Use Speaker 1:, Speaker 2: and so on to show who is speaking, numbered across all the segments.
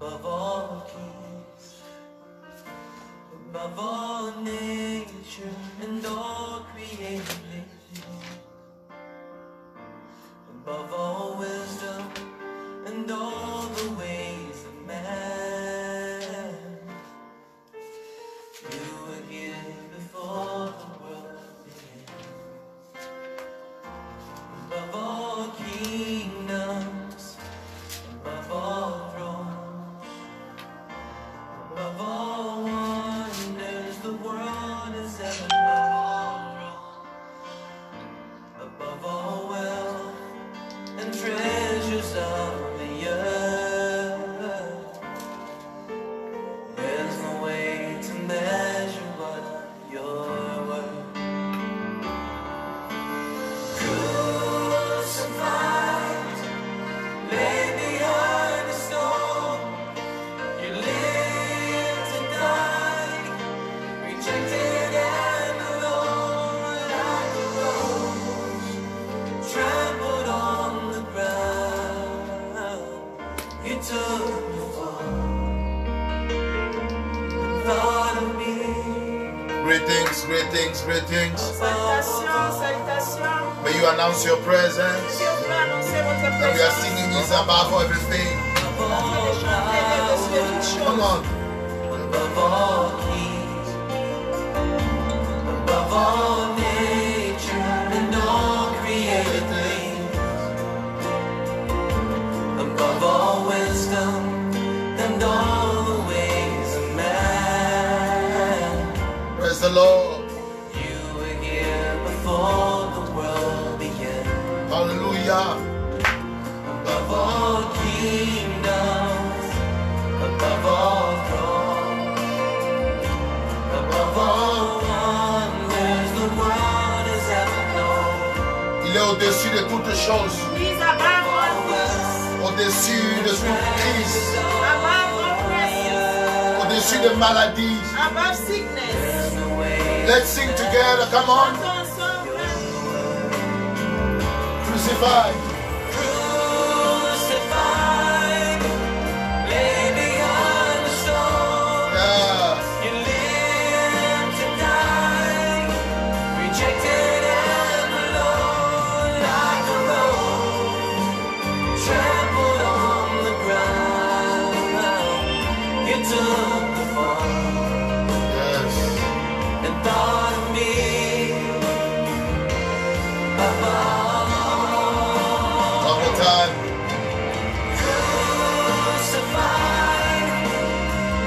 Speaker 1: of all kings, above all nature and all created things, above all wisdom and all the ways of man. You were here before the world began. Above all kingdoms, above all thrones, above all wonders the world has ever known, above all wealth and treasures of the earth, there's no way to measure what you're worth. Crucified, laid behind the stone. You lived and died, rejected and alone. Like a rose, trampled on the ground. You took the fall, thought of me.
Speaker 2: Greetings, greetings, greetings.
Speaker 3: Salutations, salutations.
Speaker 2: May you announce your presence.
Speaker 3: Dieu veut annoncer votre
Speaker 2: And we are
Speaker 3: présence.
Speaker 2: singing this above everything.
Speaker 1: Above all
Speaker 3: Chanter
Speaker 1: powers.
Speaker 3: de toutes
Speaker 2: Come
Speaker 3: choses.
Speaker 2: on.
Speaker 1: Above all kings, above all nature and all created things, above all wisdom and all the ways of man.
Speaker 2: Praise the Lord.
Speaker 1: You were here before the world began.
Speaker 2: Hallelujah.
Speaker 1: Above all kingdoms, above all thrones. Above all wonders the world has ever known,
Speaker 2: Il est au-dessus de toutes choses.
Speaker 3: Mis à part votre fils,
Speaker 2: Au-dessus de toute crise.
Speaker 3: à part votre pression,
Speaker 2: Au-dessus de maladies.
Speaker 3: à part sickness.
Speaker 1: there's no way
Speaker 2: Let's sing together. Come on.
Speaker 3: Chantons ensemble.
Speaker 2: Crucified.
Speaker 1: crucified, lay behind the stone.
Speaker 2: Yeah.
Speaker 1: You lived to die, rejected and alone, like a rose trampled on the ground. You took the fall.
Speaker 2: Yes.
Speaker 1: and thought of me above.
Speaker 2: One more time.
Speaker 1: Crucified,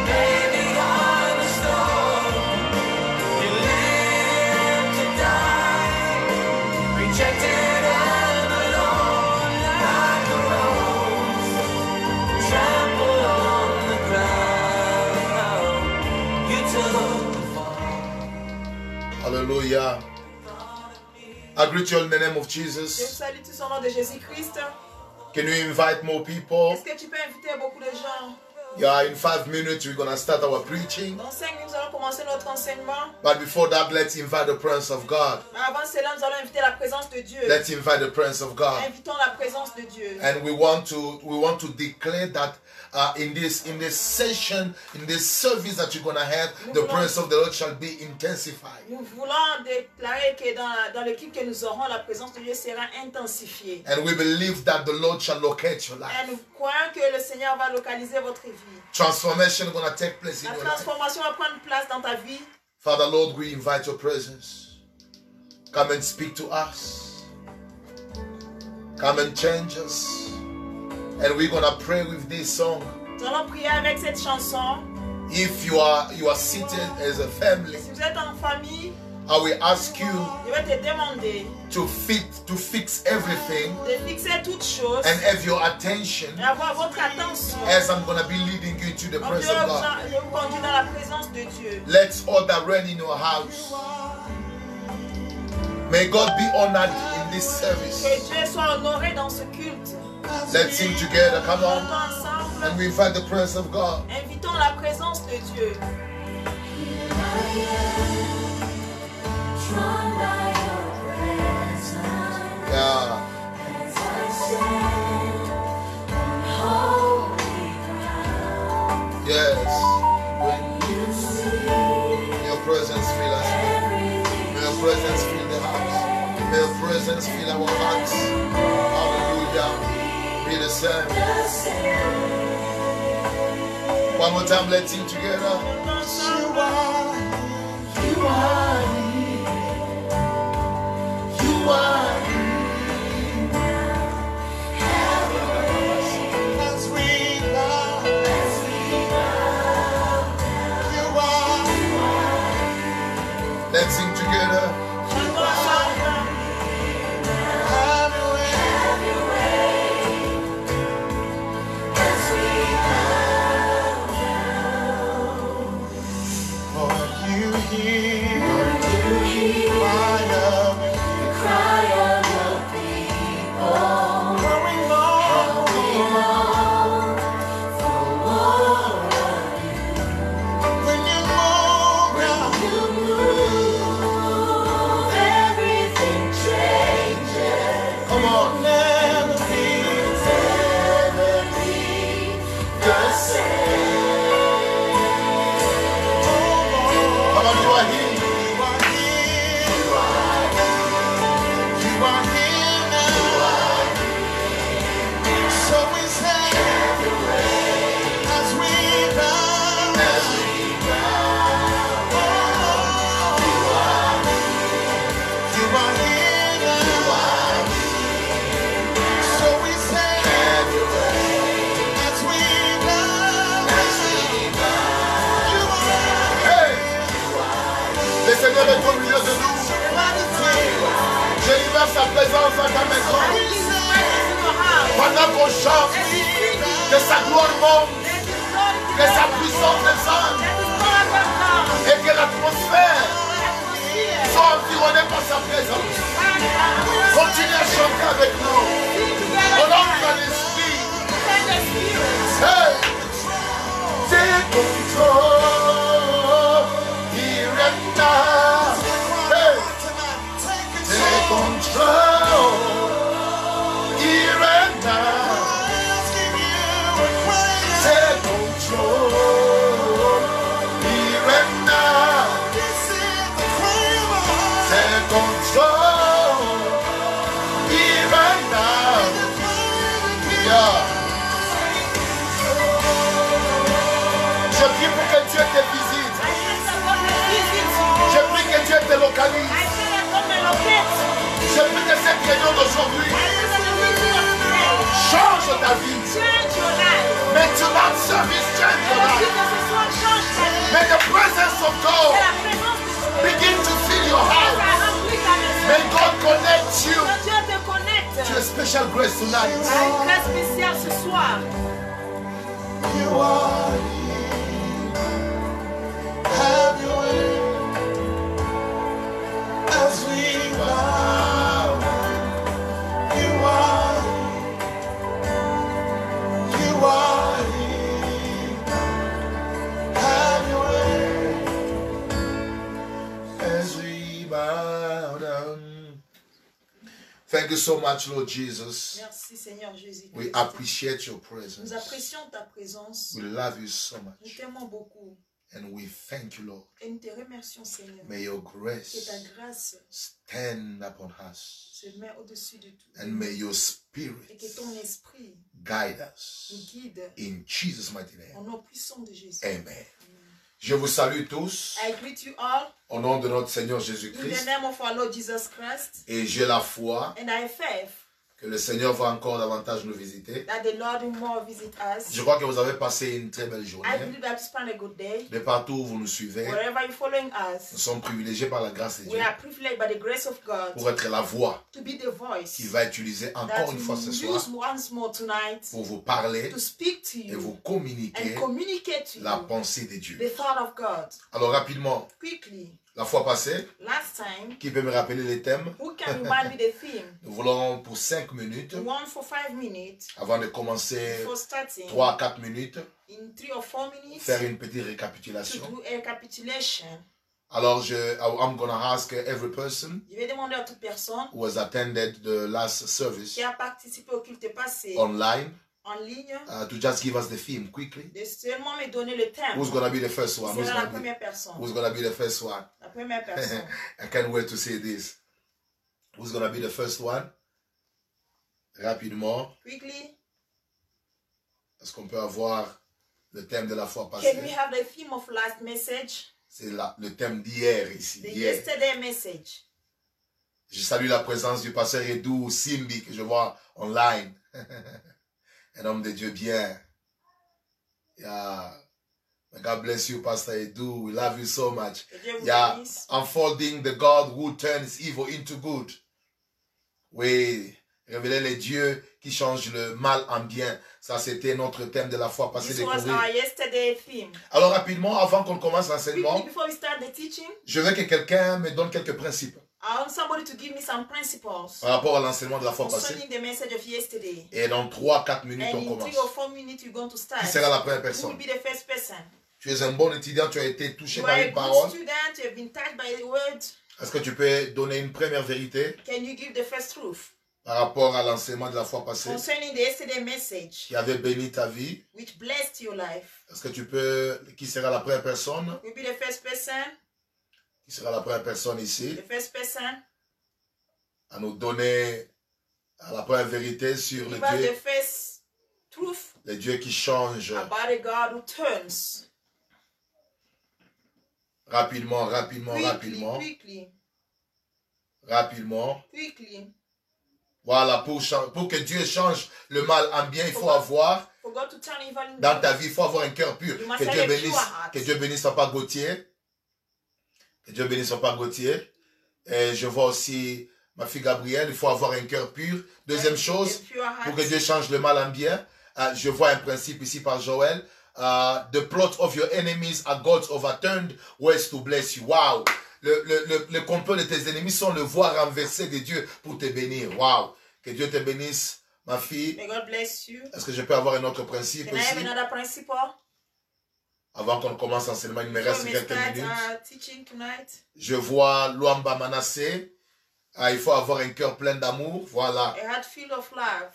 Speaker 1: baby on the stone. You lived to die, rejected and alone like a rose, trampled on the ground. You took the fall.
Speaker 2: Hallelujah. I greet you in the name of
Speaker 3: Je vous
Speaker 2: Jesus.
Speaker 3: salue tous au nom de Jésus-Christ.
Speaker 2: Can you invite more people?
Speaker 3: Est-ce que tu peux inviter beaucoup de gens
Speaker 2: Yeah, in five minutes we're gonna start our preaching.
Speaker 3: Dans cinq minutes, nous allons commencer notre enseignement.
Speaker 2: But before that, let's invite the presence of God.
Speaker 3: Mais avant cela, nous allons inviter la présence de Dieu.
Speaker 2: Let's invite the presence of God.
Speaker 3: Invitons la présence de Dieu.
Speaker 2: And we want to we want to declare that uh, in this in this session, in this service that you're gonna have, the presence of the Lord shall be intensified.
Speaker 3: Nous voulons déclarer que dans, dans le clip que nous aurons, la présence de Dieu sera intensifiée.
Speaker 2: And we believe that the Lord shall locate your
Speaker 3: Et nous
Speaker 2: life.
Speaker 3: croyons que le Seigneur va localiser votre vie.
Speaker 2: Transformation gonna take place in
Speaker 3: La
Speaker 2: your life.
Speaker 3: transformation va prendre place dans ta vie.
Speaker 2: Father Lord, we invite your presence. Come and speak to us. Come and change us. And we're gonna pray with this song.
Speaker 3: Nous allons prier avec cette chanson.
Speaker 2: If you are you are seated as a family,
Speaker 3: Si vous êtes en famille,
Speaker 2: I will ask you
Speaker 3: je vais te demander
Speaker 2: to fit to fix everything
Speaker 3: de fixer toutes choses
Speaker 2: and have your attention
Speaker 3: et avoir votre attention.
Speaker 2: as I'm gonna be leading you to the
Speaker 3: Donc, Dieu
Speaker 2: presence of God.
Speaker 3: vous- je vous conduis dans la présence de Dieu.
Speaker 2: Let order reign in your house. May God be honored in this
Speaker 3: Que
Speaker 2: service.
Speaker 3: Dieu soit honoré dans ce culte.
Speaker 2: Let's sing together. Come
Speaker 3: Chantons
Speaker 2: on. And
Speaker 3: ensemble.
Speaker 2: we invite the presence of God.
Speaker 3: Invitons la présence de Dieu.
Speaker 2: Yeah.
Speaker 4: Holy ground.
Speaker 2: Yes. May your presence fill us. May your presence fill the house. May your presence fill our hearts. Hallelujah. Be the same. One more time, let's sing together. Let's sing together. Come on. Come on, you are here. Hey! Le Seigneur est ton milieu de nous. J'élève sa présence dans ta maison. Pendant qu'on chante, que sa gloire monte, que sa puissance descende et que l'atmosphère soit environnée par sa présence. Continue à chanter avec nous. Au nom de l'Esprit. Hey! Take control here and now. Hey! Take control here and now. Take control here and now. Take control here and now. Yeah. Je prie pour que Dieu te visite. Je prie que Dieu te localise. Je prie que cette réunion d'aujourd'hui change ta vie. May tonight's service change your life. May the presence of God begin to fill your heart. May God connect you to a special grace tonight.
Speaker 3: Ce soir,
Speaker 2: As we bow down. Thank you so much, Lord Jesus.
Speaker 3: merci Seigneur Jésus.
Speaker 2: We appreciate your
Speaker 3: Nous
Speaker 2: presence.
Speaker 3: apprécions ta présence.
Speaker 2: We love you so
Speaker 3: Nous
Speaker 2: much.
Speaker 3: t'aimons beaucoup.
Speaker 2: And we thank you, Lord.
Speaker 3: Et nous te remercions, Seigneur.
Speaker 2: May your
Speaker 3: Que ta
Speaker 2: grace
Speaker 3: grâce
Speaker 2: stand upon us.
Speaker 3: se met au-dessus de tout.
Speaker 2: And may your
Speaker 3: Et
Speaker 2: spirit
Speaker 3: que ton esprit
Speaker 2: guide
Speaker 3: nous
Speaker 2: us.
Speaker 3: guide
Speaker 2: In Jesus' mighty
Speaker 3: en
Speaker 2: name.
Speaker 3: nom puissant de Jésus.
Speaker 2: Amen. Je vous salue tous
Speaker 3: I greet you all
Speaker 2: au nom de notre Seigneur
Speaker 3: in the
Speaker 2: Jésus-Christ.
Speaker 3: name of our Lord Jesus Christ.
Speaker 2: Et j'ai la foi
Speaker 3: And I faith
Speaker 2: que le Seigneur va encore davantage nous visiter.
Speaker 3: that the Lord will more visit us.
Speaker 2: Je crois que vous avez passé une très belle journée.
Speaker 3: I believe that you spend a good day.
Speaker 2: De partout où vous nous suivez,
Speaker 3: Wherever you're following
Speaker 2: nous
Speaker 3: us,
Speaker 2: sommes privilégiés par la grâce de
Speaker 3: we
Speaker 2: Dieu
Speaker 3: are privileged by the grace of God
Speaker 2: pour être la voix
Speaker 3: to be the
Speaker 2: qu'il
Speaker 3: voice
Speaker 2: va utiliser
Speaker 3: that
Speaker 2: encore une fois ce
Speaker 3: you
Speaker 2: soir
Speaker 3: use once more tonight
Speaker 2: pour vous parler
Speaker 3: to speak to
Speaker 2: et vous
Speaker 3: you and
Speaker 2: communiquer
Speaker 3: communicate to
Speaker 2: la
Speaker 3: you
Speaker 2: pensée de
Speaker 3: the
Speaker 2: Dieu.
Speaker 3: thought of God.
Speaker 2: Alors rapidement,
Speaker 3: Quickly,
Speaker 2: la fois passée,
Speaker 3: last time,
Speaker 2: qui peut me rappeler les thèmes
Speaker 3: who can remind me the theme?
Speaker 2: Nous voulons pour 5 minutes,
Speaker 3: One for five minutes
Speaker 2: avant de commencer
Speaker 3: before starting,
Speaker 2: 3 à 4 minutes,
Speaker 3: in three or four minutes
Speaker 2: faire
Speaker 3: to
Speaker 2: une petite récapitulation.
Speaker 3: do a recapitulation.
Speaker 2: Alors, je, I'm gonna ask every person
Speaker 3: Je vais demander à toute personne
Speaker 2: who has attended the last service Oh.
Speaker 3: qui a participé au culte passé
Speaker 2: online
Speaker 3: en ligne
Speaker 2: uh, to just give us the theme quickly.
Speaker 3: de seulement me donner le thème.
Speaker 2: Who's gonna be the first one? Who's
Speaker 3: C'est la
Speaker 2: gonna be,
Speaker 3: première personne.
Speaker 2: who's gonna be the first one?
Speaker 3: La première personne.
Speaker 2: I can't wait to see this. Who's gonna be the first one? Rapidement,
Speaker 3: Quickly,
Speaker 2: est-ce qu'on peut avoir le thème de la fois
Speaker 3: can we
Speaker 2: passée?
Speaker 3: have the theme of last message?
Speaker 2: C'est la- le thème d'hier ici.
Speaker 3: The
Speaker 2: hier.
Speaker 3: yesterday message.
Speaker 2: Je salue la présence du pasteur Edou Simbi que je vois online. Un homme de Dieu bien. Yeah. God bless you, Pastor Edou. We love you so much.
Speaker 3: Que Dieu vous
Speaker 2: Yeah.
Speaker 3: bénisse.
Speaker 2: Unfolding the God who turns evil into good. Oui. Révéler les dieux qui changent le mal en bien. Ça, c'était notre thème de la fois passée
Speaker 3: This was
Speaker 2: découvrir.
Speaker 3: our yesterday theme.
Speaker 2: Alors, rapidement, avant qu'on commence
Speaker 3: Quickly,
Speaker 2: l'enseignement,
Speaker 3: before we start the teaching,
Speaker 2: je veux que quelqu'un me donne quelques principes
Speaker 3: I want somebody to give me some principles
Speaker 2: par rapport à l'enseignement de la fois passée.
Speaker 3: concerning the message of yesterday.
Speaker 2: Et dans 3-4 minutes,
Speaker 3: And
Speaker 2: on
Speaker 3: in
Speaker 2: commence.
Speaker 3: three or four minutes, you're going to start.
Speaker 2: Qui sera la première
Speaker 3: Who will
Speaker 2: personne
Speaker 3: be the first person?
Speaker 2: Tu es un bon étudiant, tu as été touché
Speaker 3: You
Speaker 2: par
Speaker 3: are a
Speaker 2: une
Speaker 3: good
Speaker 2: parole.
Speaker 3: student, you have been touched by the word.
Speaker 2: Est-ce que tu peux donner une première vérité
Speaker 3: Can you give the first truth
Speaker 2: par rapport à l'enseignement de la fois passée
Speaker 3: concerning the yesterday message
Speaker 2: qui avait béni ta vie
Speaker 3: which blessed your life?
Speaker 2: Est-ce que tu peux... Qui sera la première personne
Speaker 3: You'll be the first person,
Speaker 2: Qui sera la première personne
Speaker 3: the
Speaker 2: ici
Speaker 3: first person.
Speaker 2: à nous donner à la première vérité sur le
Speaker 3: Give us the
Speaker 2: Dieu,
Speaker 3: first truth
Speaker 2: le Dieu qui change
Speaker 3: about a God who turns
Speaker 2: rapidement, rapidement,
Speaker 3: quickly,
Speaker 2: rapidement,
Speaker 3: quickly,
Speaker 2: rapidement.
Speaker 3: quickly.
Speaker 2: Voilà, pour, cha- pour que Dieu change le mal en bien, il faut avoir
Speaker 3: For God to turn evil into
Speaker 2: dans ta vie, il faut avoir un cœur pur.
Speaker 3: You must
Speaker 2: Que
Speaker 3: have
Speaker 2: Dieu
Speaker 3: a pure
Speaker 2: bénisse,
Speaker 3: heart.
Speaker 2: que Dieu bénisse Papa Gauthier. Que Dieu bénisse Papa Gauthier. Et je vois aussi ma fille Gabrielle, il faut avoir un cœur pur. Deuxième
Speaker 3: a
Speaker 2: chose,
Speaker 3: pure heart.
Speaker 2: pour que Dieu change le mal en bien, euh, je vois un principe ici par Joël. euh, the plot of your enemies are God's overturned ways to bless you. Wow! Le, le, le, le complot de tes ennemis sont le voie renversée de Dieu pour te bénir. Wow! Que Dieu te bénisse, ma fille.
Speaker 3: May God bless you.
Speaker 2: Est-ce que je peux avoir un autre principe
Speaker 3: Can I have
Speaker 2: aussi?
Speaker 3: another principle?
Speaker 2: Avant qu'on commence l'enseignement, il me
Speaker 3: Before
Speaker 2: reste
Speaker 3: we
Speaker 2: quelques
Speaker 3: start
Speaker 2: minutes.
Speaker 3: uh, teaching tonight,
Speaker 2: Je vois Luamba Manassé. Ah, il faut avoir un cœur plein d'amour. Voilà.
Speaker 3: a heart filled of love.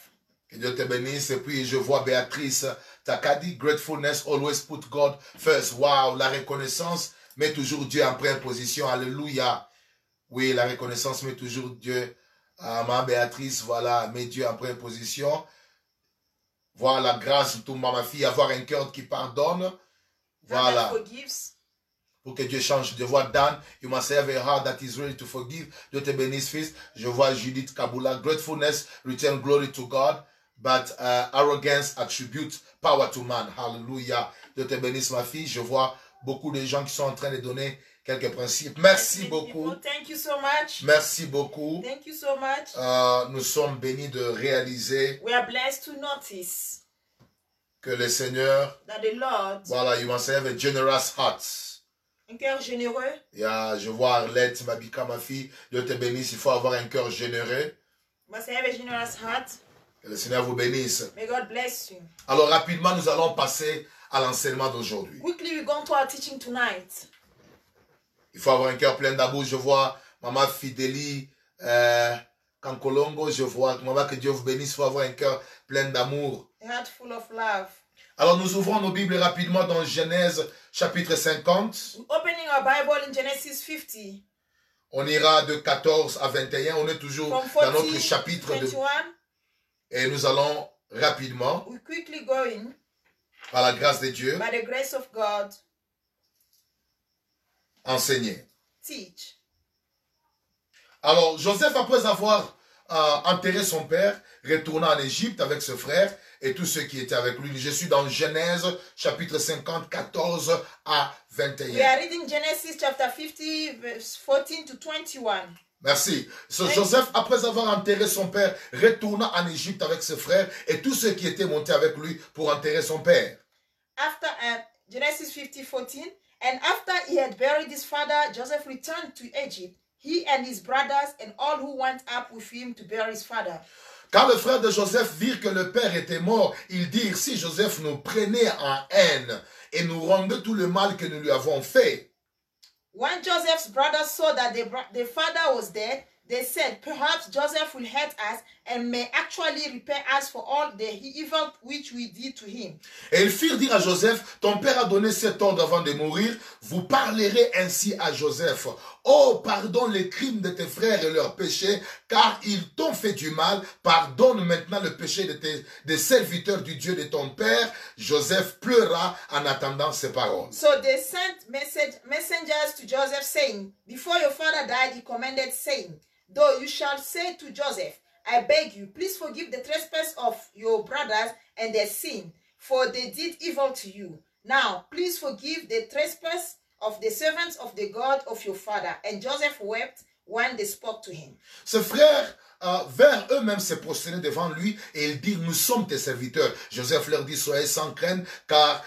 Speaker 2: Que Dieu te bénisse. Et puis, je vois Béatrice Takadi. Gratefulness always put God first. Wow. La reconnaissance met toujours Dieu en première position. Alléluia. Oui, la reconnaissance met toujours Dieu. Ah, ma Béatrice, voilà, met Dieu en première position. Voilà, grâce, tout ma fille, avoir un cœur qui pardonne.
Speaker 3: God
Speaker 2: Voilà.
Speaker 3: that forgives.
Speaker 2: pour que Dieu change. Je vois Dan, you must have a heart that is ready to forgive. Dieu te bénisse, fils. Je vois Judith Kabula, gratefulness, return glory to God, but uh, arrogance attribute power to man. Hallelujah. Dieu te bénisse, ma fille. Je vois beaucoup de gens qui sont en train de donner quelques principes. Merci
Speaker 3: Thank you,
Speaker 2: beaucoup.
Speaker 3: people. Thank you so much.
Speaker 2: Merci beaucoup.
Speaker 3: Thank you so much.
Speaker 2: Euh, nous sommes bénis de réaliser
Speaker 3: We are blessed to notice
Speaker 2: que le Seigneur,
Speaker 3: that the Lord,
Speaker 2: voilà, you must have a generous heart.
Speaker 3: un cœur généreux,
Speaker 2: Il y a- je vois Arlette, Mabika, ma fille. Dieu te bénisse. Il faut avoir un cœur généreux.
Speaker 3: must have a generous heart.
Speaker 2: Que le Seigneur vous bénisse.
Speaker 3: May God bless you.
Speaker 2: Alors rapidement, nous allons passer à l'enseignement d'aujourd'hui.
Speaker 3: Quickly, we're going to our teaching tonight.
Speaker 2: Il faut avoir un cœur plein d'amour. Je vois Maman Fidélie euh, Kankolongo. Je vois Maman que Dieu vous bénisse. Il faut avoir un cœur plein d'amour.
Speaker 3: A heart full of love.
Speaker 2: Alors nous ouvrons nos Bibles rapidement dans Genèse chapitre 50.
Speaker 3: We're opening our Bible in Genesis 50,
Speaker 2: On ira de 14 à 21. On est toujours
Speaker 3: from
Speaker 2: dans
Speaker 3: 40
Speaker 2: notre
Speaker 3: to
Speaker 2: chapitre de...
Speaker 3: 21.
Speaker 2: Et nous allons rapidement,
Speaker 3: We're quickly going
Speaker 2: par la grâce de Dieu,
Speaker 3: by the grace of God.
Speaker 2: enseigner.
Speaker 3: Teach.
Speaker 2: Alors Joseph, après avoir euh, enterré son père, retourna en Égypte avec ses frères et tous ceux qui étaient avec lui. Je suis dans Genèse chapitre 50, 14 à
Speaker 3: We
Speaker 2: 21.
Speaker 3: are reading Genesis chapter 50, verse 14 to 21.
Speaker 2: Merci. So, Joseph, après avoir enterré son père, retourna en Égypte avec ses frères et tous ceux qui étaient montés avec lui pour enterrer son père.
Speaker 3: After uh, Genesis 50, 14, and after he had buried his father, Joseph returned to Egypt, he and his brothers and all who went up with him to bury his father.
Speaker 2: Quand les frères de Joseph virent que le père était mort, ils dirent, si Joseph nous prenait en haine et nous rendait tout le mal que nous lui avons fait,
Speaker 3: When Joseph's brothers saw that the, bro- the father was dead, they said, Perhaps Joseph will hurt us and may actually repay us for all the evil which we did to him.
Speaker 2: Et ils firent dire à Joseph, ton père a donné cet ordre avant de mourir, vous parlerez ainsi à Joseph. Oh, pardonne les crimes de tes frères et leurs péchés, car ils t'ont fait du mal. Pardonne maintenant le péché de tes, des serviteurs du Dieu de ton père. Joseph pleura en attendant ces paroles.
Speaker 3: So they sent message, messengers to Joseph, saying, Before your father died, he commanded, saying, Though you shall say to Joseph, I beg you, please forgive the trespass of your brothers and their sin, for they did evil to you. Now, please forgive the trespass of the servants of the God of your father. And Joseph wept when they spoke to him.
Speaker 2: Ses frères euh, vinrent eux-mêmes se prosterner devant lui et ils dirent, nous sommes tes serviteurs. Joseph leur dit, soyez sans crainte, car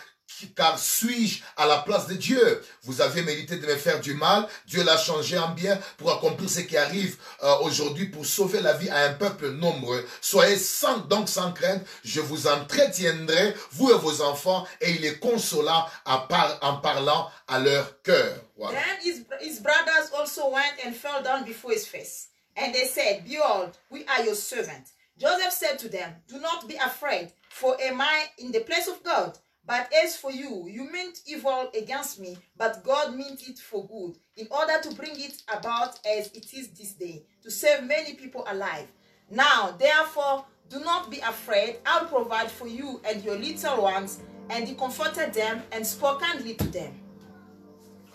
Speaker 2: car suis-je à la place de Dieu Vous avez mérité de me faire du mal, Dieu l'a changé en bien pour accomplir ce qui arrive euh, aujourd'hui pour sauver la vie à un peuple nombreux. Soyez sans, donc sans crainte, je vous entretiendrai, vous et vos enfants, et il est consolant à par- en parlant à leur cœur. Voilà.
Speaker 3: Then his, his brothers also went and fell down before his face. And they said, Behold, we are your servant. Joseph said to them, Do not be afraid, for am I in the place of God? But as for you, you meant evil against me, but God meant it for good, in order to bring it about as it is this day, to save many people alive. Now, therefore, do not be afraid. I'll provide for you and your little ones. And he comforted them and spoke kindly to them.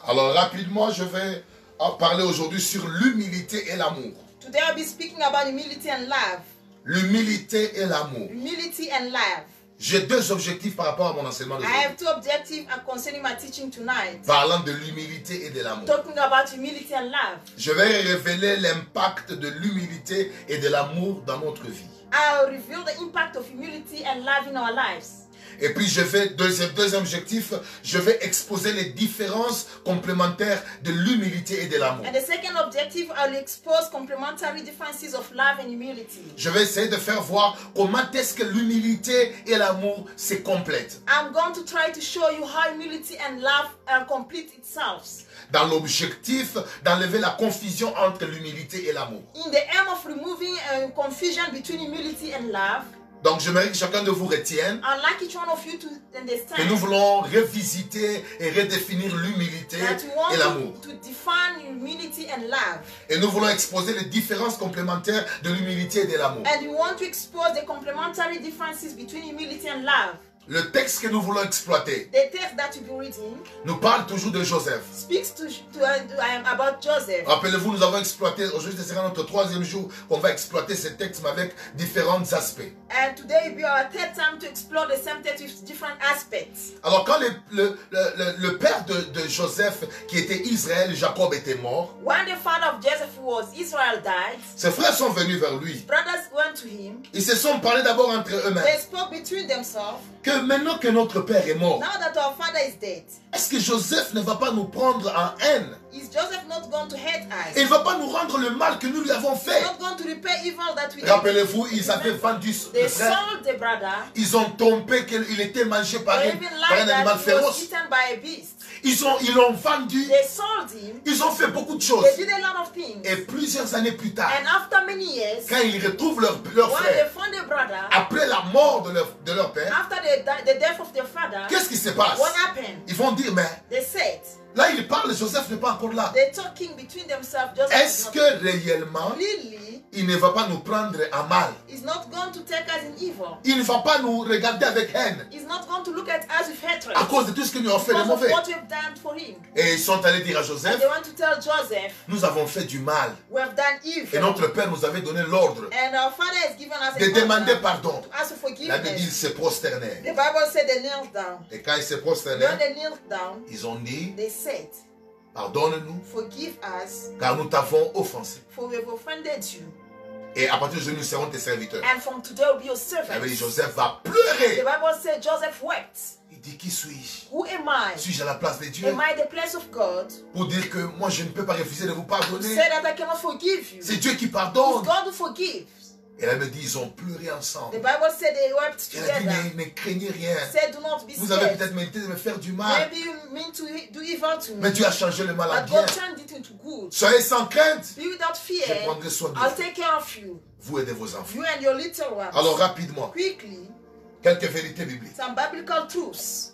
Speaker 2: Alors rapidement, je vais en parler aujourd'hui sur l'humilité et l'amour.
Speaker 3: Today I'll be speaking about humility and love.
Speaker 2: L'humilité et l'amour.
Speaker 3: Humility and love.
Speaker 2: J'ai deux objectifs par rapport à mon enseignement
Speaker 3: I
Speaker 2: d'aujourd'hui.
Speaker 3: have two objectives concerning my teaching tonight.
Speaker 2: Parlant de l'humilité et de l'amour.
Speaker 3: Talking about humility and love.
Speaker 2: Je vais révéler l'impact de l'humilité et de l'amour dans notre vie.
Speaker 3: I'll reveal the impact of humility and love in our lives.
Speaker 2: Et puis je vais, deuxième, deuxième objectif, je vais exposer les différences complémentaires de l'humilité et de l'amour.
Speaker 3: And the second objective, I'll expose complementary differences of love and humility.
Speaker 2: Je vais essayer de faire voir comment est-ce que l'humilité et l'amour se complètent
Speaker 3: I'm going to try to show you how humility and love uh, complete itself
Speaker 2: dans l'objectif d'enlever la confusion entre l'humilité et l'amour.
Speaker 3: in the aim of removing uh, confusion between humility and love.
Speaker 2: Donc j'aimerais que chacun de vous retienne
Speaker 3: I'd like each one of you to
Speaker 2: que nous
Speaker 3: understand
Speaker 2: voulons revisiter et redéfinir l'humilité
Speaker 3: that we
Speaker 2: et l'amour.
Speaker 3: want to, to define humility and love,
Speaker 2: Et nous voulons exposer les différences complémentaires de l'humilité et de l'amour.
Speaker 3: and we want to expose the complementary differences between humility and love.
Speaker 2: Le texte que nous voulons exploiter
Speaker 3: The text that will be reading
Speaker 2: nous parle toujours de Joseph.
Speaker 3: speaks to, to uh, um, about Joseph.
Speaker 2: Rappelez-vous, nous avons exploité, aujourd'hui ce sera notre troisième jour qu'on va exploiter ce texte, mais avec différents aspects.
Speaker 3: And today will be our third time to explore the same text with different aspects.
Speaker 2: Alors quand le, le- le- le- le père de, de Joseph, qui était Israël, Jacob, était mort,
Speaker 3: When the father of Joseph who was Israel died,
Speaker 2: ses frères sont venus vers lui.
Speaker 3: brothers went to him.
Speaker 2: Ils se sont parlé d'abord entre
Speaker 3: They
Speaker 2: eux-mêmes.
Speaker 3: spoke between themselves.
Speaker 2: Que maintenant que notre père est mort,
Speaker 3: Now that our father is dead,
Speaker 2: est-ce que Joseph ne va pas nous prendre en haine
Speaker 3: is Joseph not going to hate us?
Speaker 2: Il ne va pas nous rendre le mal que nous lui avons fait
Speaker 3: not going to repay evil that we did.
Speaker 2: Rappelez-vous, ils avaient vendu
Speaker 3: They
Speaker 2: le frère.
Speaker 3: sold the brother.
Speaker 2: Ils ont tombé qu'il était mangé par,
Speaker 3: They
Speaker 2: un-
Speaker 3: even
Speaker 2: par
Speaker 3: lied
Speaker 2: un animal
Speaker 3: that he was
Speaker 2: féroce.
Speaker 3: eaten by a beast.
Speaker 2: Ils ont, ils l'ont vendu.
Speaker 3: They sold him.
Speaker 2: Ils ont fait beaucoup de choses.
Speaker 3: They did a lot of things.
Speaker 2: Et plusieurs années plus tard,
Speaker 3: And after many years,
Speaker 2: quand ils retrouvent leur, leur
Speaker 3: when they
Speaker 2: frère,
Speaker 3: found the brother,
Speaker 2: après la mort de leur, de leur père,
Speaker 3: after the, the death of their father,
Speaker 2: qu'est-ce qui se passe
Speaker 3: what happened?
Speaker 2: Ils vont dire, mais
Speaker 3: They said,
Speaker 2: là, il parle, Joseph n'est pas encore là.
Speaker 3: they're talking between themselves. Just
Speaker 2: Est-ce que réellement,
Speaker 3: Lily
Speaker 2: il ne va pas nous prendre à mal
Speaker 3: is not going to take us in evil.
Speaker 2: Il ne va pas nous regarder avec haine
Speaker 3: He's not going to look at us with hatred
Speaker 2: à cause de tout ce que nous avons fait de
Speaker 3: because of
Speaker 2: mauvais.
Speaker 3: what we've done for him.
Speaker 2: Et ils sont allés dire à
Speaker 3: And
Speaker 2: Joseph,
Speaker 3: they want to tell Joseph,
Speaker 2: nous avons fait du mal.
Speaker 3: we have done
Speaker 2: Et
Speaker 3: evil.
Speaker 2: notre père nous avait donné l'ordre
Speaker 3: And our father has given us
Speaker 2: de
Speaker 3: a
Speaker 2: demander
Speaker 3: commandment
Speaker 2: pardon.
Speaker 3: to ask for
Speaker 2: La Bible dit, ils
Speaker 3: forgiveness.
Speaker 2: se prosternèrent.
Speaker 3: The Bible said they knelt down.
Speaker 2: Et quand ils se
Speaker 3: When
Speaker 2: prosternèrent,
Speaker 3: they knelt down,
Speaker 2: ils ont dit,
Speaker 3: they said,
Speaker 2: pardonne-nous,
Speaker 3: Forgive us,
Speaker 2: car nous t'avons offensé.
Speaker 3: for we have offended you.
Speaker 2: Et à partir de nous serons tes serviteurs.
Speaker 3: And from today we'll be your
Speaker 2: La Bible dit,
Speaker 3: servants.
Speaker 2: Joseph va
Speaker 3: The
Speaker 2: pleurer.
Speaker 3: Bible said Joseph wept.
Speaker 2: Il dit, qui suis-je
Speaker 3: Who am I?
Speaker 2: Suis-je à la place de Dieu
Speaker 3: Am I the place of God?
Speaker 2: Pour dire que moi, je ne peux pas refuser de vous
Speaker 3: To
Speaker 2: pardonner.
Speaker 3: say that I cannot forgive you.
Speaker 2: C'est Dieu qui
Speaker 3: It's
Speaker 2: pardonne.
Speaker 3: God who forgives.
Speaker 2: Et la Bible dit, ils ont pleuré
Speaker 3: The
Speaker 2: ensemble.
Speaker 3: Bible said they wept
Speaker 2: Et elle a dit,
Speaker 3: together.
Speaker 2: ne, ne craignez rien.
Speaker 3: Said, do not be
Speaker 2: Vous avez
Speaker 3: scared.
Speaker 2: peut-être médité de me faire du mal,
Speaker 3: Maybe you mean to do evil to
Speaker 2: mais
Speaker 3: me,
Speaker 2: Dieu a changé le mal en
Speaker 3: but
Speaker 2: bien.
Speaker 3: God turned it into good.
Speaker 2: Soyez sans crainte,
Speaker 3: Be without
Speaker 2: je
Speaker 3: fear.
Speaker 2: prendrai soin de
Speaker 3: I'll
Speaker 2: vous,
Speaker 3: take care of you,
Speaker 2: vous et de vos enfants.
Speaker 3: you and your little
Speaker 2: Alors
Speaker 3: ones.
Speaker 2: rapidement,
Speaker 3: Quickly,
Speaker 2: quelques vérités bibliques.
Speaker 3: some biblical truths.